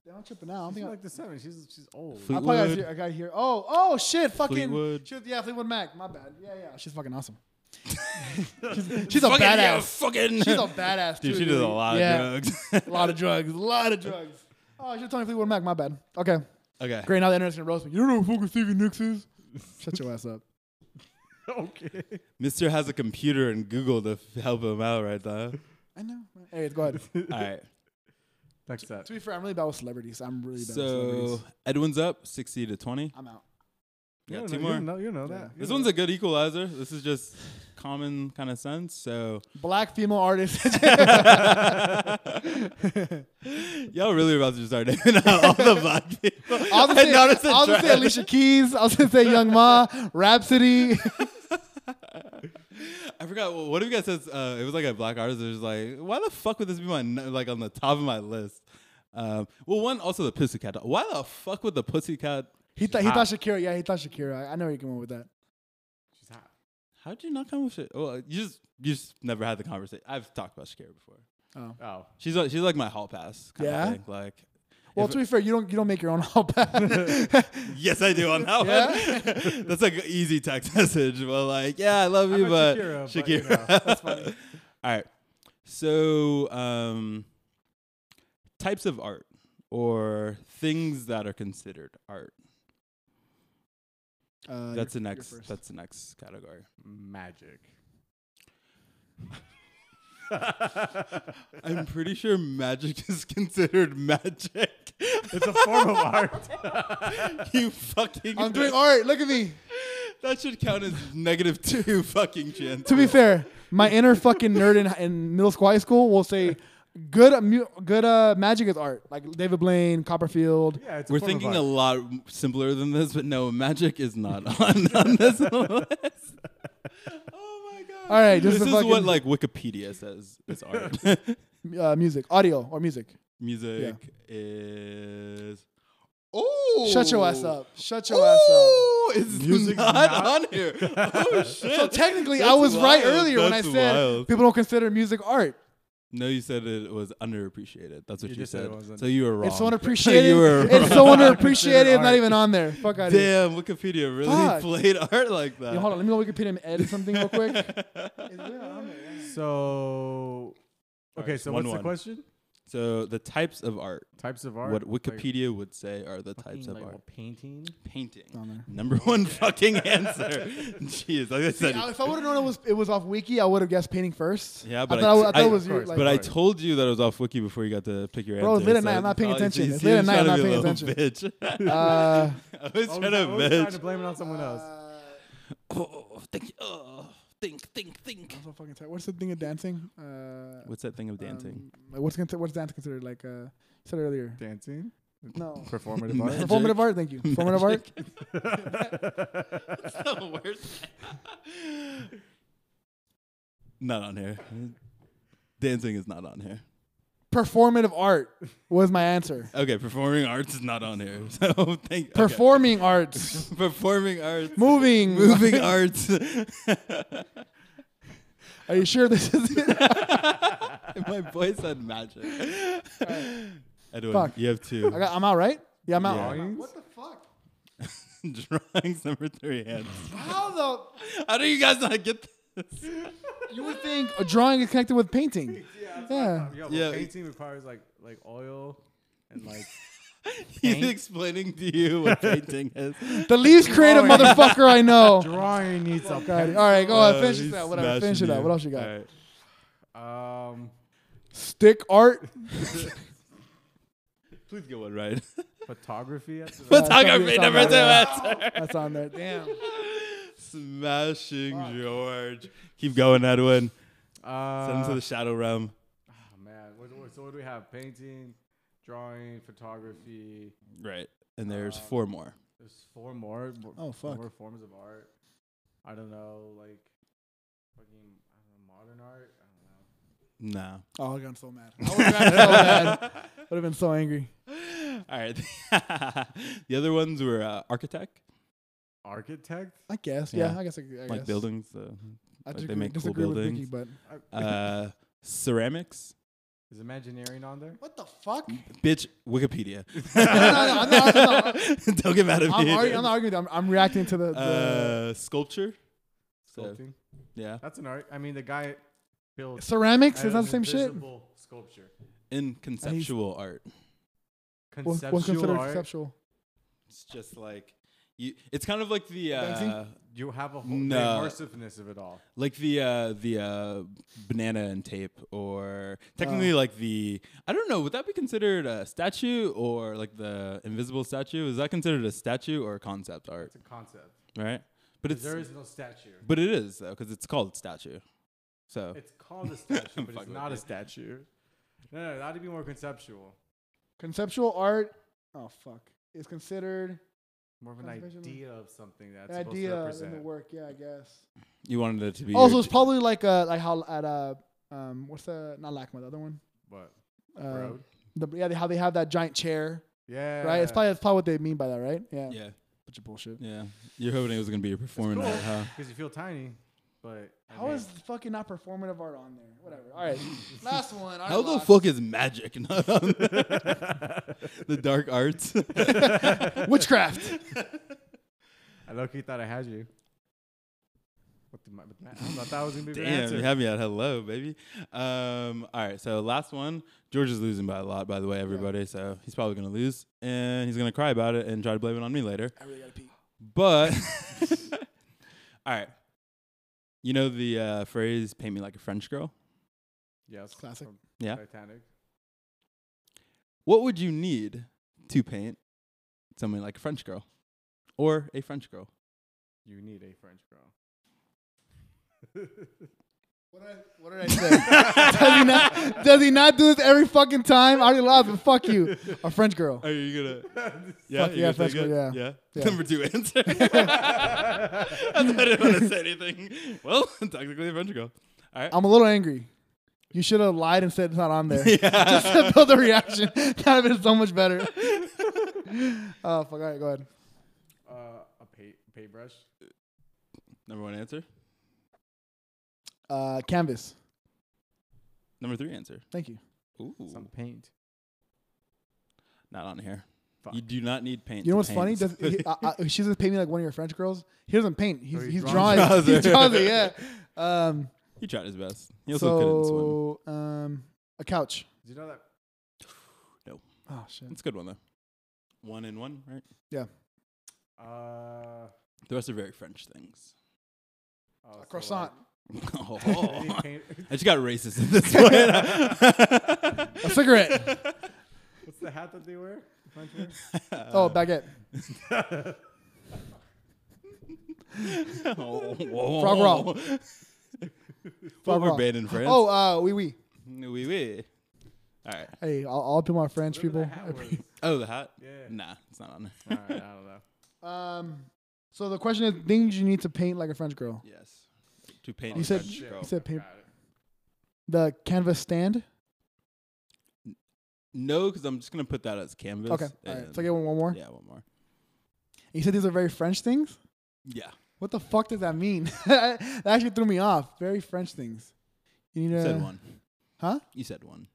[SPEAKER 2] Damn, I'm tripping out. I don't
[SPEAKER 3] She's
[SPEAKER 2] think I,
[SPEAKER 3] like the seven. She's she's old.
[SPEAKER 2] I
[SPEAKER 1] Fleet-
[SPEAKER 2] probably got
[SPEAKER 1] Fleetwood.
[SPEAKER 2] here, I got here. Oh, oh shit! Fucking
[SPEAKER 1] Fleetwood.
[SPEAKER 2] She was, yeah, Fleetwood Mac. My bad. Yeah, yeah. She's fucking awesome. she's, she's a
[SPEAKER 1] fucking, yeah,
[SPEAKER 2] badass.
[SPEAKER 1] fucking
[SPEAKER 2] She's a badass.
[SPEAKER 1] Dude,
[SPEAKER 2] too,
[SPEAKER 1] she did a lot
[SPEAKER 2] Yeah.
[SPEAKER 1] of drugs.
[SPEAKER 2] A lot of drugs. A lot of drugs. Oh, I should have told me Fleetwood Mac. My bad. Okay.
[SPEAKER 1] okay.
[SPEAKER 2] Great. Now the internet's gonna roast me. You don't know who fucking Stevie Nicks is. Shut your ass up.
[SPEAKER 3] okay.
[SPEAKER 1] Mister has a computer and Google to f- help him out right there.
[SPEAKER 2] I know. Anyways, go ahead.
[SPEAKER 1] All right.
[SPEAKER 3] Next up.
[SPEAKER 2] to be fair, I'm really bad with celebrities. I'm really bad with
[SPEAKER 1] So
[SPEAKER 2] celebrities.
[SPEAKER 1] Edwin's up 60 to 20.
[SPEAKER 2] I'm out.
[SPEAKER 1] You
[SPEAKER 3] You
[SPEAKER 1] got two
[SPEAKER 3] know- You
[SPEAKER 1] more.
[SPEAKER 3] know, you know that.
[SPEAKER 1] This one's a good equalizer. This is just common kind of sense. So
[SPEAKER 2] Black female artist.
[SPEAKER 1] y'all really about to start naming out all the black people.
[SPEAKER 2] I was gonna
[SPEAKER 1] I
[SPEAKER 2] say,
[SPEAKER 1] noticed a
[SPEAKER 2] I was gonna say
[SPEAKER 1] trend.
[SPEAKER 2] Alicia Keys. I was gonna say Young Ma, Rhapsody.
[SPEAKER 1] I forgot. Well, what if you guys said uh, it was like a black artist? It was like, why the fuck would this be my n- like on the top of my list? Um, well, one also the pussycat. Doll. Why the fuck would the pussycat?
[SPEAKER 2] He thought he
[SPEAKER 1] Ah.
[SPEAKER 2] thought Shakira. Yeah, he thought Shakira. I, I know where you're going with that.
[SPEAKER 3] She's hot.
[SPEAKER 1] How did you not come with shit? Well, you just you just never had the conversation. I've talked about Shakira before.
[SPEAKER 2] Oh.
[SPEAKER 3] Oh.
[SPEAKER 1] She's like, she's like my hall pass. Kind
[SPEAKER 2] Yeah?
[SPEAKER 1] Of thing. Like,
[SPEAKER 2] Well,
[SPEAKER 1] if-
[SPEAKER 2] to be fair, you don't you don't make your own all bad.
[SPEAKER 1] yes, I do on that one. That's like an easy text message. Well, like, yeah, I love
[SPEAKER 3] I'm
[SPEAKER 1] you,
[SPEAKER 3] a
[SPEAKER 1] but
[SPEAKER 3] Shakira, but, you
[SPEAKER 1] uh, Shakira.
[SPEAKER 3] know,
[SPEAKER 1] All right. So, um, types of art or things that are considered art.
[SPEAKER 2] Uh,
[SPEAKER 1] That's the
[SPEAKER 2] you're- you're
[SPEAKER 1] next.
[SPEAKER 2] first.
[SPEAKER 1] That's the next category.
[SPEAKER 3] Magic.
[SPEAKER 1] I'm pretty sure magic is considered magic.
[SPEAKER 3] It's a form of art.
[SPEAKER 1] you fucking.
[SPEAKER 2] I'm doing art. Look at me.
[SPEAKER 1] That should count as negative two fucking chance.
[SPEAKER 2] To be fair, my inner fucking nerd in, in middle school, high school will say, "Good, mu- good uh, magic is art." Like David Blaine, Copperfield.
[SPEAKER 3] Yeah, it's a
[SPEAKER 1] We're
[SPEAKER 3] form of
[SPEAKER 1] thinking
[SPEAKER 3] art.
[SPEAKER 1] a lot simpler than this, but no, magic is not on, on this list. Oh my god!
[SPEAKER 2] All right, just
[SPEAKER 1] this
[SPEAKER 2] a
[SPEAKER 1] is
[SPEAKER 2] fucking-
[SPEAKER 1] what like Wikipedia says is art.
[SPEAKER 2] Uh, music, audio, or music.
[SPEAKER 1] Music is.
[SPEAKER 2] Shut your ass up. Shut your ass up.
[SPEAKER 1] Oh, it's
[SPEAKER 3] Music's
[SPEAKER 1] not,
[SPEAKER 3] not-
[SPEAKER 1] on here. Oh shit!
[SPEAKER 2] So technically, I
[SPEAKER 1] That's
[SPEAKER 2] was right
[SPEAKER 1] wild.
[SPEAKER 2] earlier when I
[SPEAKER 1] That's
[SPEAKER 2] said
[SPEAKER 1] wild.
[SPEAKER 2] people don't consider music art.
[SPEAKER 1] No, you said it was underappreciated. That's what
[SPEAKER 3] You
[SPEAKER 1] you,
[SPEAKER 3] just said
[SPEAKER 1] said.
[SPEAKER 3] it wasn't.
[SPEAKER 1] So you were wrong.
[SPEAKER 2] It's so unappreciated.
[SPEAKER 1] you were
[SPEAKER 2] it's so
[SPEAKER 1] wrong.
[SPEAKER 2] unappreciated. It's not
[SPEAKER 3] art.
[SPEAKER 2] even on there. Fuck out of here.
[SPEAKER 1] Damn, Wikipedia really
[SPEAKER 2] Fuck.
[SPEAKER 1] played art like that.
[SPEAKER 2] Yo, hold on, let me go Wikipedia and edit something real quick. It's really not on there, yeah.
[SPEAKER 3] So Okay,
[SPEAKER 1] Alright,
[SPEAKER 3] so
[SPEAKER 1] one,
[SPEAKER 3] what's the
[SPEAKER 1] one.
[SPEAKER 3] question?
[SPEAKER 1] So the types of art.
[SPEAKER 3] Types of art.
[SPEAKER 1] What
[SPEAKER 3] like
[SPEAKER 1] Wikipedia would say are the types
[SPEAKER 3] fucking,
[SPEAKER 1] of
[SPEAKER 3] like,
[SPEAKER 1] art.
[SPEAKER 3] a painting.
[SPEAKER 2] Down
[SPEAKER 1] Painting.
[SPEAKER 2] there.
[SPEAKER 1] Number one fucking answer. Jeez, like I said.
[SPEAKER 2] Yeah, if I would have known it was it was off Wiki, I would have guessed painting first.
[SPEAKER 1] Yeah,
[SPEAKER 2] I
[SPEAKER 1] but
[SPEAKER 2] thought,
[SPEAKER 1] I-
[SPEAKER 2] I, I thought
[SPEAKER 1] I-
[SPEAKER 2] it was
[SPEAKER 1] of
[SPEAKER 2] your,
[SPEAKER 3] course,
[SPEAKER 2] like,
[SPEAKER 1] But I told you that it was off wiki before you got to pick your answer.
[SPEAKER 2] Bro, it's late at
[SPEAKER 1] so
[SPEAKER 2] night, I'm not paying
[SPEAKER 1] probably-
[SPEAKER 2] attention.
[SPEAKER 1] see,
[SPEAKER 2] It's
[SPEAKER 1] see,
[SPEAKER 2] late
[SPEAKER 1] I'm
[SPEAKER 2] at night,
[SPEAKER 1] trying
[SPEAKER 2] I'm
[SPEAKER 1] to
[SPEAKER 2] not
[SPEAKER 1] be a
[SPEAKER 2] paying
[SPEAKER 1] little Bitch.
[SPEAKER 2] uh,
[SPEAKER 1] I was
[SPEAKER 3] Always,
[SPEAKER 1] trying to
[SPEAKER 3] always trying to
[SPEAKER 1] bitch.
[SPEAKER 3] blame it on someone else.
[SPEAKER 1] Oh, think, oh, think, think, think.
[SPEAKER 2] I'm so fucking tired. What's the thing of dancing? Uh,
[SPEAKER 1] What's that thing of
[SPEAKER 2] um,
[SPEAKER 1] dancing?
[SPEAKER 2] like, what's consi- what's dance considered? Like uh, you said earlier.
[SPEAKER 3] Dancing.
[SPEAKER 2] No.
[SPEAKER 3] Performative
[SPEAKER 1] art? Magic.
[SPEAKER 3] art.
[SPEAKER 2] Performative art. Thank you. Performative art. Um,
[SPEAKER 1] the worst. not on here. Dancing is not on here.
[SPEAKER 2] Performative art was my answer.
[SPEAKER 1] Okay, performing arts is not on here. So thank. okay.
[SPEAKER 2] Performing arts.
[SPEAKER 1] Performing arts.
[SPEAKER 2] Moving.
[SPEAKER 1] Moving arts.
[SPEAKER 2] Are you sure this is it?
[SPEAKER 1] My boy said magic. Edwin,
[SPEAKER 2] Fuck.
[SPEAKER 1] you have two.
[SPEAKER 2] I got, I'm out, right? Yeah, I'm out.
[SPEAKER 1] Yeah.
[SPEAKER 2] I'm out. What the fuck?
[SPEAKER 1] Drawings number three hands.
[SPEAKER 2] How the?
[SPEAKER 1] How do you guys not get this?
[SPEAKER 2] You would think a drawing is connected with painting. Yeah.
[SPEAKER 3] Yo,
[SPEAKER 1] Yeah.
[SPEAKER 3] yeah. Painting requires like like oil and like.
[SPEAKER 1] He's explaining to you what painting is.
[SPEAKER 2] The least creative
[SPEAKER 3] Drawing.
[SPEAKER 2] motherfucker I know.
[SPEAKER 3] Drawing needs a
[SPEAKER 2] Got it.
[SPEAKER 3] pen.
[SPEAKER 2] All right, go
[SPEAKER 1] Oh,
[SPEAKER 2] on. Finish
[SPEAKER 1] he's
[SPEAKER 2] this out. Whatever.
[SPEAKER 1] smashing
[SPEAKER 2] Finish it out.
[SPEAKER 1] you.
[SPEAKER 2] What else you got?
[SPEAKER 1] All right.
[SPEAKER 3] Um,
[SPEAKER 2] Stick art.
[SPEAKER 1] Please get one right.
[SPEAKER 3] photography. That's
[SPEAKER 2] But-
[SPEAKER 1] Photography
[SPEAKER 2] it's on
[SPEAKER 1] number
[SPEAKER 2] my
[SPEAKER 1] two answer.
[SPEAKER 2] That's on there. Damn.
[SPEAKER 1] Smashing George. Keep going, Edwin.
[SPEAKER 3] uh,
[SPEAKER 1] Send him to the shadow realm.
[SPEAKER 3] oh, man. What, what, so what do we have? Painting, drawing, photography.
[SPEAKER 1] Right. And
[SPEAKER 2] Um,
[SPEAKER 1] there's four more.
[SPEAKER 3] There's four more. mo-
[SPEAKER 2] Oh, fuck.
[SPEAKER 3] More forms of art. I don't know, like fucking I don't know, modern art. I don't know.
[SPEAKER 1] No.
[SPEAKER 2] Oh, I got so mad. I would have gotten so mad. Would have been so angry.
[SPEAKER 1] All right. the other ones were uh, architect,
[SPEAKER 3] Architect.
[SPEAKER 2] I guess. Yeah,
[SPEAKER 1] Yeah.
[SPEAKER 2] I guess. I, I
[SPEAKER 1] like
[SPEAKER 2] guess.
[SPEAKER 1] buildings. Uh,
[SPEAKER 2] I
[SPEAKER 1] like they
[SPEAKER 2] disagree,
[SPEAKER 1] make cool
[SPEAKER 2] disagree with Vicky,
[SPEAKER 1] buildings.
[SPEAKER 2] but
[SPEAKER 1] uh, ceramics.
[SPEAKER 3] Is Imagineering on there?
[SPEAKER 2] what the fuck?
[SPEAKER 1] Bitch, Wikipedia.
[SPEAKER 2] no, no, no, no,
[SPEAKER 1] Don't get mad at
[SPEAKER 2] I'm,
[SPEAKER 1] me.
[SPEAKER 2] argu- I'm not arguing. with you. I'm, I'm reacting to the. the
[SPEAKER 1] uh, sculpture. So,
[SPEAKER 3] Sculpting.
[SPEAKER 1] yeah.
[SPEAKER 3] That's an art. I mean, the guy built.
[SPEAKER 2] ceramics
[SPEAKER 3] an
[SPEAKER 2] is not the same shit.
[SPEAKER 3] Uh, invisible Sculpture.
[SPEAKER 1] In conceptual art.
[SPEAKER 2] What's,
[SPEAKER 3] Conceptual
[SPEAKER 2] what's considered
[SPEAKER 3] art.
[SPEAKER 2] conceptual?
[SPEAKER 1] It's just like you, it's kind of like the uh,
[SPEAKER 2] Dancing?
[SPEAKER 3] You have a whole
[SPEAKER 1] No.
[SPEAKER 3] the immersiveness of it all.
[SPEAKER 1] like the uh, the uh, banana and tape, or technically
[SPEAKER 3] Oh.
[SPEAKER 1] like the I don't know. Would that be considered a statue or like the invisible statue? Is that considered a statue or a concept art?
[SPEAKER 3] It's a concept.
[SPEAKER 1] Right, but it's
[SPEAKER 3] There is no statue.
[SPEAKER 1] but it is though because it's called statue. So
[SPEAKER 3] It's called a statue, but it's
[SPEAKER 1] fucking
[SPEAKER 3] not a
[SPEAKER 1] with
[SPEAKER 3] statue. No, no, that'd be more conceptual,
[SPEAKER 2] Conceptual art. Oh fuck. Is considered
[SPEAKER 3] more of an
[SPEAKER 2] Conservation of-
[SPEAKER 3] idea of something that's
[SPEAKER 2] the
[SPEAKER 3] supposed to
[SPEAKER 2] idea in
[SPEAKER 3] represent.
[SPEAKER 2] the work. Yeah, I guess.
[SPEAKER 1] you wanted it to be
[SPEAKER 2] Also,
[SPEAKER 1] your
[SPEAKER 2] it's
[SPEAKER 1] d-
[SPEAKER 2] probably like uh like how at uh um what's the not Lacma the other one
[SPEAKER 3] But
[SPEAKER 2] uh,
[SPEAKER 3] road.
[SPEAKER 2] the yeah they, how they have that giant chair
[SPEAKER 3] Yeah.
[SPEAKER 2] right it's probably that's probably what they mean by that right yeah
[SPEAKER 1] yeah
[SPEAKER 2] bunch of bullshit
[SPEAKER 1] yeah. You're hoping it was gonna be a performing art, huh?
[SPEAKER 3] because you feel tiny, but I
[SPEAKER 2] how
[SPEAKER 3] mean,
[SPEAKER 2] is fucking not performative art on there whatever all right last one I
[SPEAKER 1] How the
[SPEAKER 2] lost.
[SPEAKER 1] fuck is magic not on the dark arts?
[SPEAKER 2] witchcraft
[SPEAKER 3] I low key thought I had you. What the, but I don't know, I thought I was gonna be your
[SPEAKER 1] Damn,
[SPEAKER 3] answer.
[SPEAKER 1] you have me at hello, baby. Um, all right, so last one. George is losing by a lot, by the way, everybody. So he's probably gonna lose, and he's gonna cry about it and try to blame it on me later.
[SPEAKER 2] I really gotta pee
[SPEAKER 1] But all right, you know the uh, phrase "paint me like a French girl."
[SPEAKER 3] yes,
[SPEAKER 2] classic.
[SPEAKER 3] from
[SPEAKER 1] Yeah.
[SPEAKER 3] Titanic.
[SPEAKER 1] What would you need to paint someone like a French girl or a French girl?
[SPEAKER 3] You need a French girl.
[SPEAKER 2] what did I, what did I say does he not does he not do this every fucking time I already lost but fuck you a French girl
[SPEAKER 1] Are you gonna? Yeah,
[SPEAKER 2] Fuck
[SPEAKER 1] you
[SPEAKER 2] yeah,
[SPEAKER 1] gonna take
[SPEAKER 2] French girl,
[SPEAKER 1] it?
[SPEAKER 2] yeah. Yeah.
[SPEAKER 1] Number two answer. I didn't want to say anything. Well, technically a French girl. All right.
[SPEAKER 2] I'm a little angry. You should have lied and said it's not on there. Just to build a reaction. That would have been so much better. oh, fuck. All right, go ahead.
[SPEAKER 3] uh, a pay, paintbrush.
[SPEAKER 1] Number one answer.
[SPEAKER 2] Uh, canvas.
[SPEAKER 1] Number three answer.
[SPEAKER 2] Thank you.
[SPEAKER 1] Ooh,
[SPEAKER 3] Some paint.
[SPEAKER 1] not on here.
[SPEAKER 3] Fuck.
[SPEAKER 1] You do not need paint.
[SPEAKER 2] You know
[SPEAKER 1] to
[SPEAKER 2] what's
[SPEAKER 1] paint
[SPEAKER 2] funny? Does, he, uh,
[SPEAKER 1] somebody.
[SPEAKER 2] I, I, she's just painting me like one of your French girls. He doesn't paint. He's,
[SPEAKER 3] Oh, he
[SPEAKER 2] he's
[SPEAKER 3] draws.
[SPEAKER 2] drawing.
[SPEAKER 1] Draws
[SPEAKER 2] He
[SPEAKER 1] it.
[SPEAKER 2] draws it, yeah. Um,
[SPEAKER 1] he tried his best. He also couldn't swim.
[SPEAKER 2] so, um, A couch.
[SPEAKER 3] Did you know that?
[SPEAKER 2] Oh shit.
[SPEAKER 1] It's a good one though. One and one, right?
[SPEAKER 3] Uh,
[SPEAKER 1] The rest are very French things.
[SPEAKER 3] oh, so
[SPEAKER 2] A
[SPEAKER 3] like-
[SPEAKER 2] croissant.
[SPEAKER 3] Maybe
[SPEAKER 1] oh,
[SPEAKER 3] paint-
[SPEAKER 1] I just got racist at this point.
[SPEAKER 2] a cigarette.
[SPEAKER 3] What's the hat that they wear? The French wear?
[SPEAKER 2] oh, baguette.
[SPEAKER 1] oh,
[SPEAKER 2] Frog roll.
[SPEAKER 1] Well,
[SPEAKER 2] Frog
[SPEAKER 1] we're
[SPEAKER 2] roll.
[SPEAKER 1] banned in France.
[SPEAKER 2] Oh, uh, oui, oui.
[SPEAKER 1] oui, oui. All right.
[SPEAKER 2] Hey, all, all people are French
[SPEAKER 3] Whatever the
[SPEAKER 2] people.
[SPEAKER 3] hat was.
[SPEAKER 1] Oh, the hat.
[SPEAKER 3] Yeah.
[SPEAKER 1] Nah, it's not on there.
[SPEAKER 3] All right, I don't know.
[SPEAKER 2] Um, so the question is, things you need to paint like a French girl.
[SPEAKER 1] Yes. To paint.
[SPEAKER 2] You
[SPEAKER 1] a
[SPEAKER 2] said-
[SPEAKER 1] French
[SPEAKER 3] you
[SPEAKER 1] girl.
[SPEAKER 2] You said paint
[SPEAKER 3] Got it.
[SPEAKER 2] the canvas stand.
[SPEAKER 1] no, because I'm just gonna put that as canvas.
[SPEAKER 2] Okay, all right.
[SPEAKER 1] and-
[SPEAKER 2] So I get one, one more.
[SPEAKER 1] yeah, one more.
[SPEAKER 2] You said these are very French things.
[SPEAKER 1] Yeah.
[SPEAKER 2] What the fuck does that mean? that actually threw me off. Very French things. You need
[SPEAKER 1] You
[SPEAKER 2] a,
[SPEAKER 1] said one.
[SPEAKER 2] Huh?
[SPEAKER 1] You said one.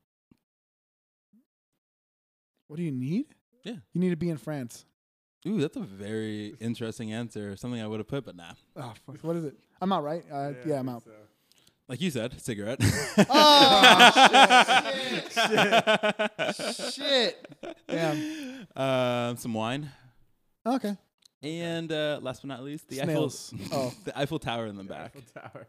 [SPEAKER 2] What do you need?
[SPEAKER 1] Yeah.
[SPEAKER 2] You need to be in France.
[SPEAKER 1] Ooh, that's a very interesting answer. Something I would have put, but nah.
[SPEAKER 2] Oh, fuck. What is it? I'm out, right? Uh, yeah,
[SPEAKER 3] I
[SPEAKER 2] I'm
[SPEAKER 3] think
[SPEAKER 2] out.
[SPEAKER 3] so.
[SPEAKER 1] Like you said, cigarette.
[SPEAKER 2] Oh, shit. shit. Damn.
[SPEAKER 1] Um, some wine.
[SPEAKER 2] Okay.
[SPEAKER 1] And uh, last but not least, the
[SPEAKER 2] Snails.
[SPEAKER 1] Eiffel.
[SPEAKER 2] Oh.
[SPEAKER 1] the Eiffel Tower in the back.
[SPEAKER 3] Eiffel Tower.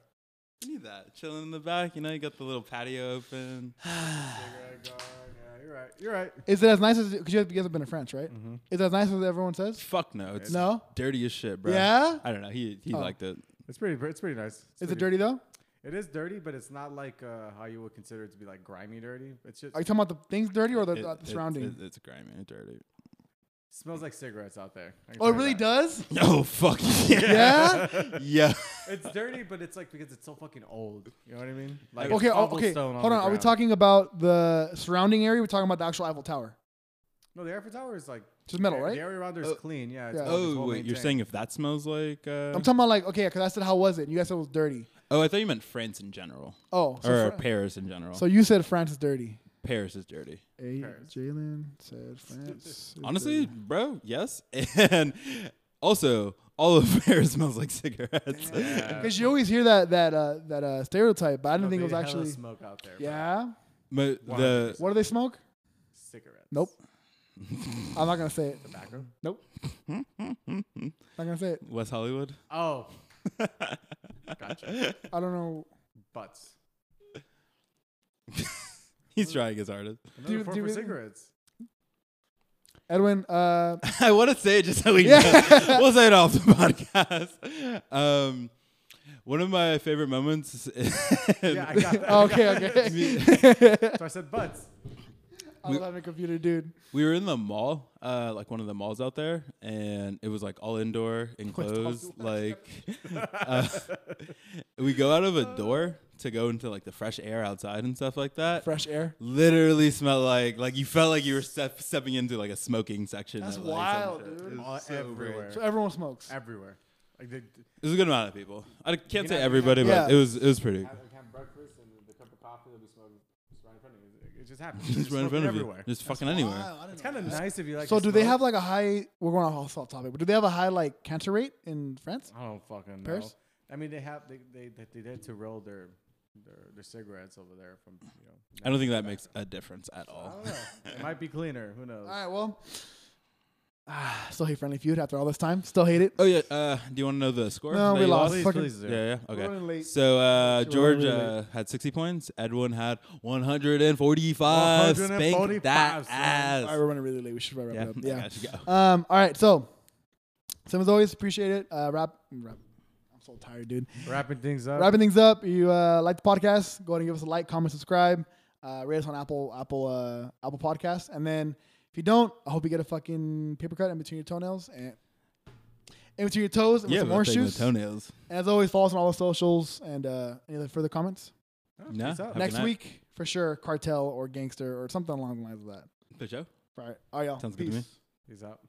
[SPEAKER 1] You need that chilling in the back. You know, you got the little patio open.
[SPEAKER 3] Cigarette gone. Yeah, you're right. You're right.
[SPEAKER 2] Is it as nice as, because you guys have been to France, right? Is it as nice as everyone says?
[SPEAKER 1] Fuck no, it's
[SPEAKER 2] No?
[SPEAKER 1] dirty as shit, bro.
[SPEAKER 2] Yeah?
[SPEAKER 1] I don't know. He he
[SPEAKER 2] Oh.
[SPEAKER 1] liked it.
[SPEAKER 3] It's pretty. It's pretty nice. It's
[SPEAKER 2] Is it
[SPEAKER 3] pretty-
[SPEAKER 2] dirty though?
[SPEAKER 3] It is dirty, but it's not like uh, how you would consider it to be like grimy dirty. It's just
[SPEAKER 2] Are you talking about the things dirty or the,
[SPEAKER 1] It-
[SPEAKER 2] uh, the
[SPEAKER 1] it's-
[SPEAKER 2] surrounding?
[SPEAKER 1] it's- it's grimy and dirty.
[SPEAKER 3] smells like cigarettes out there. I can
[SPEAKER 2] oh,
[SPEAKER 3] tell
[SPEAKER 2] it
[SPEAKER 3] you
[SPEAKER 2] really
[SPEAKER 3] that.
[SPEAKER 2] does?
[SPEAKER 1] Oh fuck yeah.
[SPEAKER 2] Yeah?
[SPEAKER 1] yeah.
[SPEAKER 3] It's dirty, but it's like because it's so fucking old. You know what I mean? Like it's
[SPEAKER 2] okay, oh, okay.
[SPEAKER 3] cobblestone
[SPEAKER 2] Hold
[SPEAKER 3] the
[SPEAKER 2] on. Are we
[SPEAKER 3] ground.
[SPEAKER 2] talking about the surrounding area? We're talking about the actual Eiffel Tower.
[SPEAKER 3] No, the Eiffel Tower is like
[SPEAKER 2] Just metal,
[SPEAKER 3] the-
[SPEAKER 2] right?
[SPEAKER 3] The area around there is
[SPEAKER 1] Oh.
[SPEAKER 3] clean. Yeah. It's
[SPEAKER 2] Yeah.
[SPEAKER 3] well- it's
[SPEAKER 1] Oh
[SPEAKER 3] well
[SPEAKER 1] wait, you're
[SPEAKER 3] maintained.
[SPEAKER 1] saying if that smells like? Uh,
[SPEAKER 2] I'm talking about like, okay, because I said how was it? You guys said it was dirty.
[SPEAKER 1] oh, I thought you meant France in general
[SPEAKER 2] Oh, so,
[SPEAKER 1] or
[SPEAKER 2] Fra-
[SPEAKER 1] Paris in general.
[SPEAKER 2] so you said France is dirty.
[SPEAKER 1] Paris is dirty.
[SPEAKER 2] Hey,
[SPEAKER 3] Paris.
[SPEAKER 2] Jalen said France. is
[SPEAKER 1] Honestly,
[SPEAKER 2] dirty.
[SPEAKER 1] bro, yes. And also, all of Paris smells like cigarettes.
[SPEAKER 3] Yeah.
[SPEAKER 2] because you always hear that that uh, that uh, stereotype, but I didn't
[SPEAKER 3] No,
[SPEAKER 2] think it
[SPEAKER 3] they
[SPEAKER 2] was
[SPEAKER 3] hella
[SPEAKER 2] actually.
[SPEAKER 3] smoke out there. bro.
[SPEAKER 2] Yeah.
[SPEAKER 1] But the
[SPEAKER 3] 100%.
[SPEAKER 2] What do they smoke?
[SPEAKER 3] Cigarettes.
[SPEAKER 2] Nope. I'm not gonna say it.
[SPEAKER 3] Tobacco.
[SPEAKER 2] Nope. not gonna say it.
[SPEAKER 1] West Hollywood.
[SPEAKER 3] Oh. gotcha.
[SPEAKER 2] I don't know.
[SPEAKER 3] Butts.
[SPEAKER 1] He's trying his hardest.
[SPEAKER 3] Another
[SPEAKER 2] you-
[SPEAKER 3] form
[SPEAKER 2] do
[SPEAKER 3] for
[SPEAKER 2] you-
[SPEAKER 3] cigarettes.
[SPEAKER 2] Edwin, uh,
[SPEAKER 1] I want to say it just so we know. We'll say it off the podcast. Um, one of my favorite moments.
[SPEAKER 3] Yeah, I got that.
[SPEAKER 2] oh, okay, okay.
[SPEAKER 3] So I said butts.
[SPEAKER 2] I was having a computer, dude.
[SPEAKER 1] we were in the mall, uh, like one of the malls out there, and it was like all indoor, enclosed. like, uh, we go out of
[SPEAKER 2] Uh.
[SPEAKER 1] a door to go into like the fresh air outside and stuff like that.
[SPEAKER 2] Fresh air.
[SPEAKER 1] Literally smelled like like you felt like you were step, stepping into like a smoking section.
[SPEAKER 2] That's
[SPEAKER 1] at, like, some
[SPEAKER 2] wild,
[SPEAKER 1] shit.
[SPEAKER 2] dude.
[SPEAKER 1] It was
[SPEAKER 3] All
[SPEAKER 1] so great.
[SPEAKER 3] everywhere.
[SPEAKER 2] So everyone smokes.
[SPEAKER 3] Everywhere. Like they,
[SPEAKER 1] There's a good amount of people. I can't say
[SPEAKER 3] know,
[SPEAKER 1] everybody,
[SPEAKER 2] yeah.
[SPEAKER 1] but it was it was pretty.
[SPEAKER 3] have, like, have breakfast and the cup of coffee they'll be smoking just right in front of you. It- It just happens.
[SPEAKER 1] Just
[SPEAKER 3] They're
[SPEAKER 1] right in front
[SPEAKER 3] smoking
[SPEAKER 1] of you.
[SPEAKER 3] everywhere.
[SPEAKER 1] Just fucking anywhere.
[SPEAKER 3] It's kind of nice if you like.
[SPEAKER 2] So
[SPEAKER 3] to
[SPEAKER 2] do they
[SPEAKER 3] smoke.
[SPEAKER 2] have like a high? We're going off off topic, but do they have a high like cancer rate in France?
[SPEAKER 3] I don't fucking know.
[SPEAKER 2] Paris?
[SPEAKER 3] I mean, they have they they they, they had to roll their their their cigarettes over there from you know.
[SPEAKER 1] I don't think that makes a difference at all.
[SPEAKER 3] I don't know. it might be cleaner. Who knows?
[SPEAKER 2] All right, well, ah, still hate Friendly Feud after all this time. Still hate it.
[SPEAKER 1] Oh yeah. Uh, do you want to know the score?
[SPEAKER 2] No,
[SPEAKER 1] that you
[SPEAKER 2] we lost.
[SPEAKER 3] Please,
[SPEAKER 2] fucking-
[SPEAKER 3] please,
[SPEAKER 1] Yeah,
[SPEAKER 3] Zero.
[SPEAKER 1] yeah.
[SPEAKER 2] We're running
[SPEAKER 1] Okay.
[SPEAKER 2] late.
[SPEAKER 1] So uh,
[SPEAKER 2] We're
[SPEAKER 1] George
[SPEAKER 2] running
[SPEAKER 1] uh, had 60 points. Edwin had 145. Spank
[SPEAKER 3] 145,
[SPEAKER 1] that
[SPEAKER 3] son.
[SPEAKER 2] All right,
[SPEAKER 1] ass.
[SPEAKER 2] we're running really late. We should probably
[SPEAKER 1] Yeah.
[SPEAKER 2] wrap
[SPEAKER 1] yeah.
[SPEAKER 2] it up.
[SPEAKER 1] should go.
[SPEAKER 2] Yeah. Um. All right. So, Sim, as always, appreciate it. Uh, wrap. Wrap. I'm so tired, dude.
[SPEAKER 3] Wrapping things up.
[SPEAKER 2] Wrapping things up. You uh, like the podcast? Go ahead and give us a like, comment, subscribe. Uh, rate us on Apple, Apple, uh, Apple Podcasts. And then if you don't, I hope you get a fucking paper cut in between your toenails and in between your toes and with
[SPEAKER 1] Yeah,
[SPEAKER 2] some
[SPEAKER 1] but
[SPEAKER 2] orange
[SPEAKER 1] thing with
[SPEAKER 2] juice. And
[SPEAKER 1] toenails.
[SPEAKER 2] as always, follow us on all the socials. And uh, any other further comments?
[SPEAKER 3] Oh,
[SPEAKER 1] Nah.
[SPEAKER 3] peace out.
[SPEAKER 1] Have a
[SPEAKER 2] Next
[SPEAKER 1] good night.
[SPEAKER 2] week, for sure, cartel or gangster or something along the lines of that.
[SPEAKER 1] Good show.
[SPEAKER 2] All right. All right, y'all.
[SPEAKER 1] Sounds good to me.
[SPEAKER 2] Peace.
[SPEAKER 3] Peace out.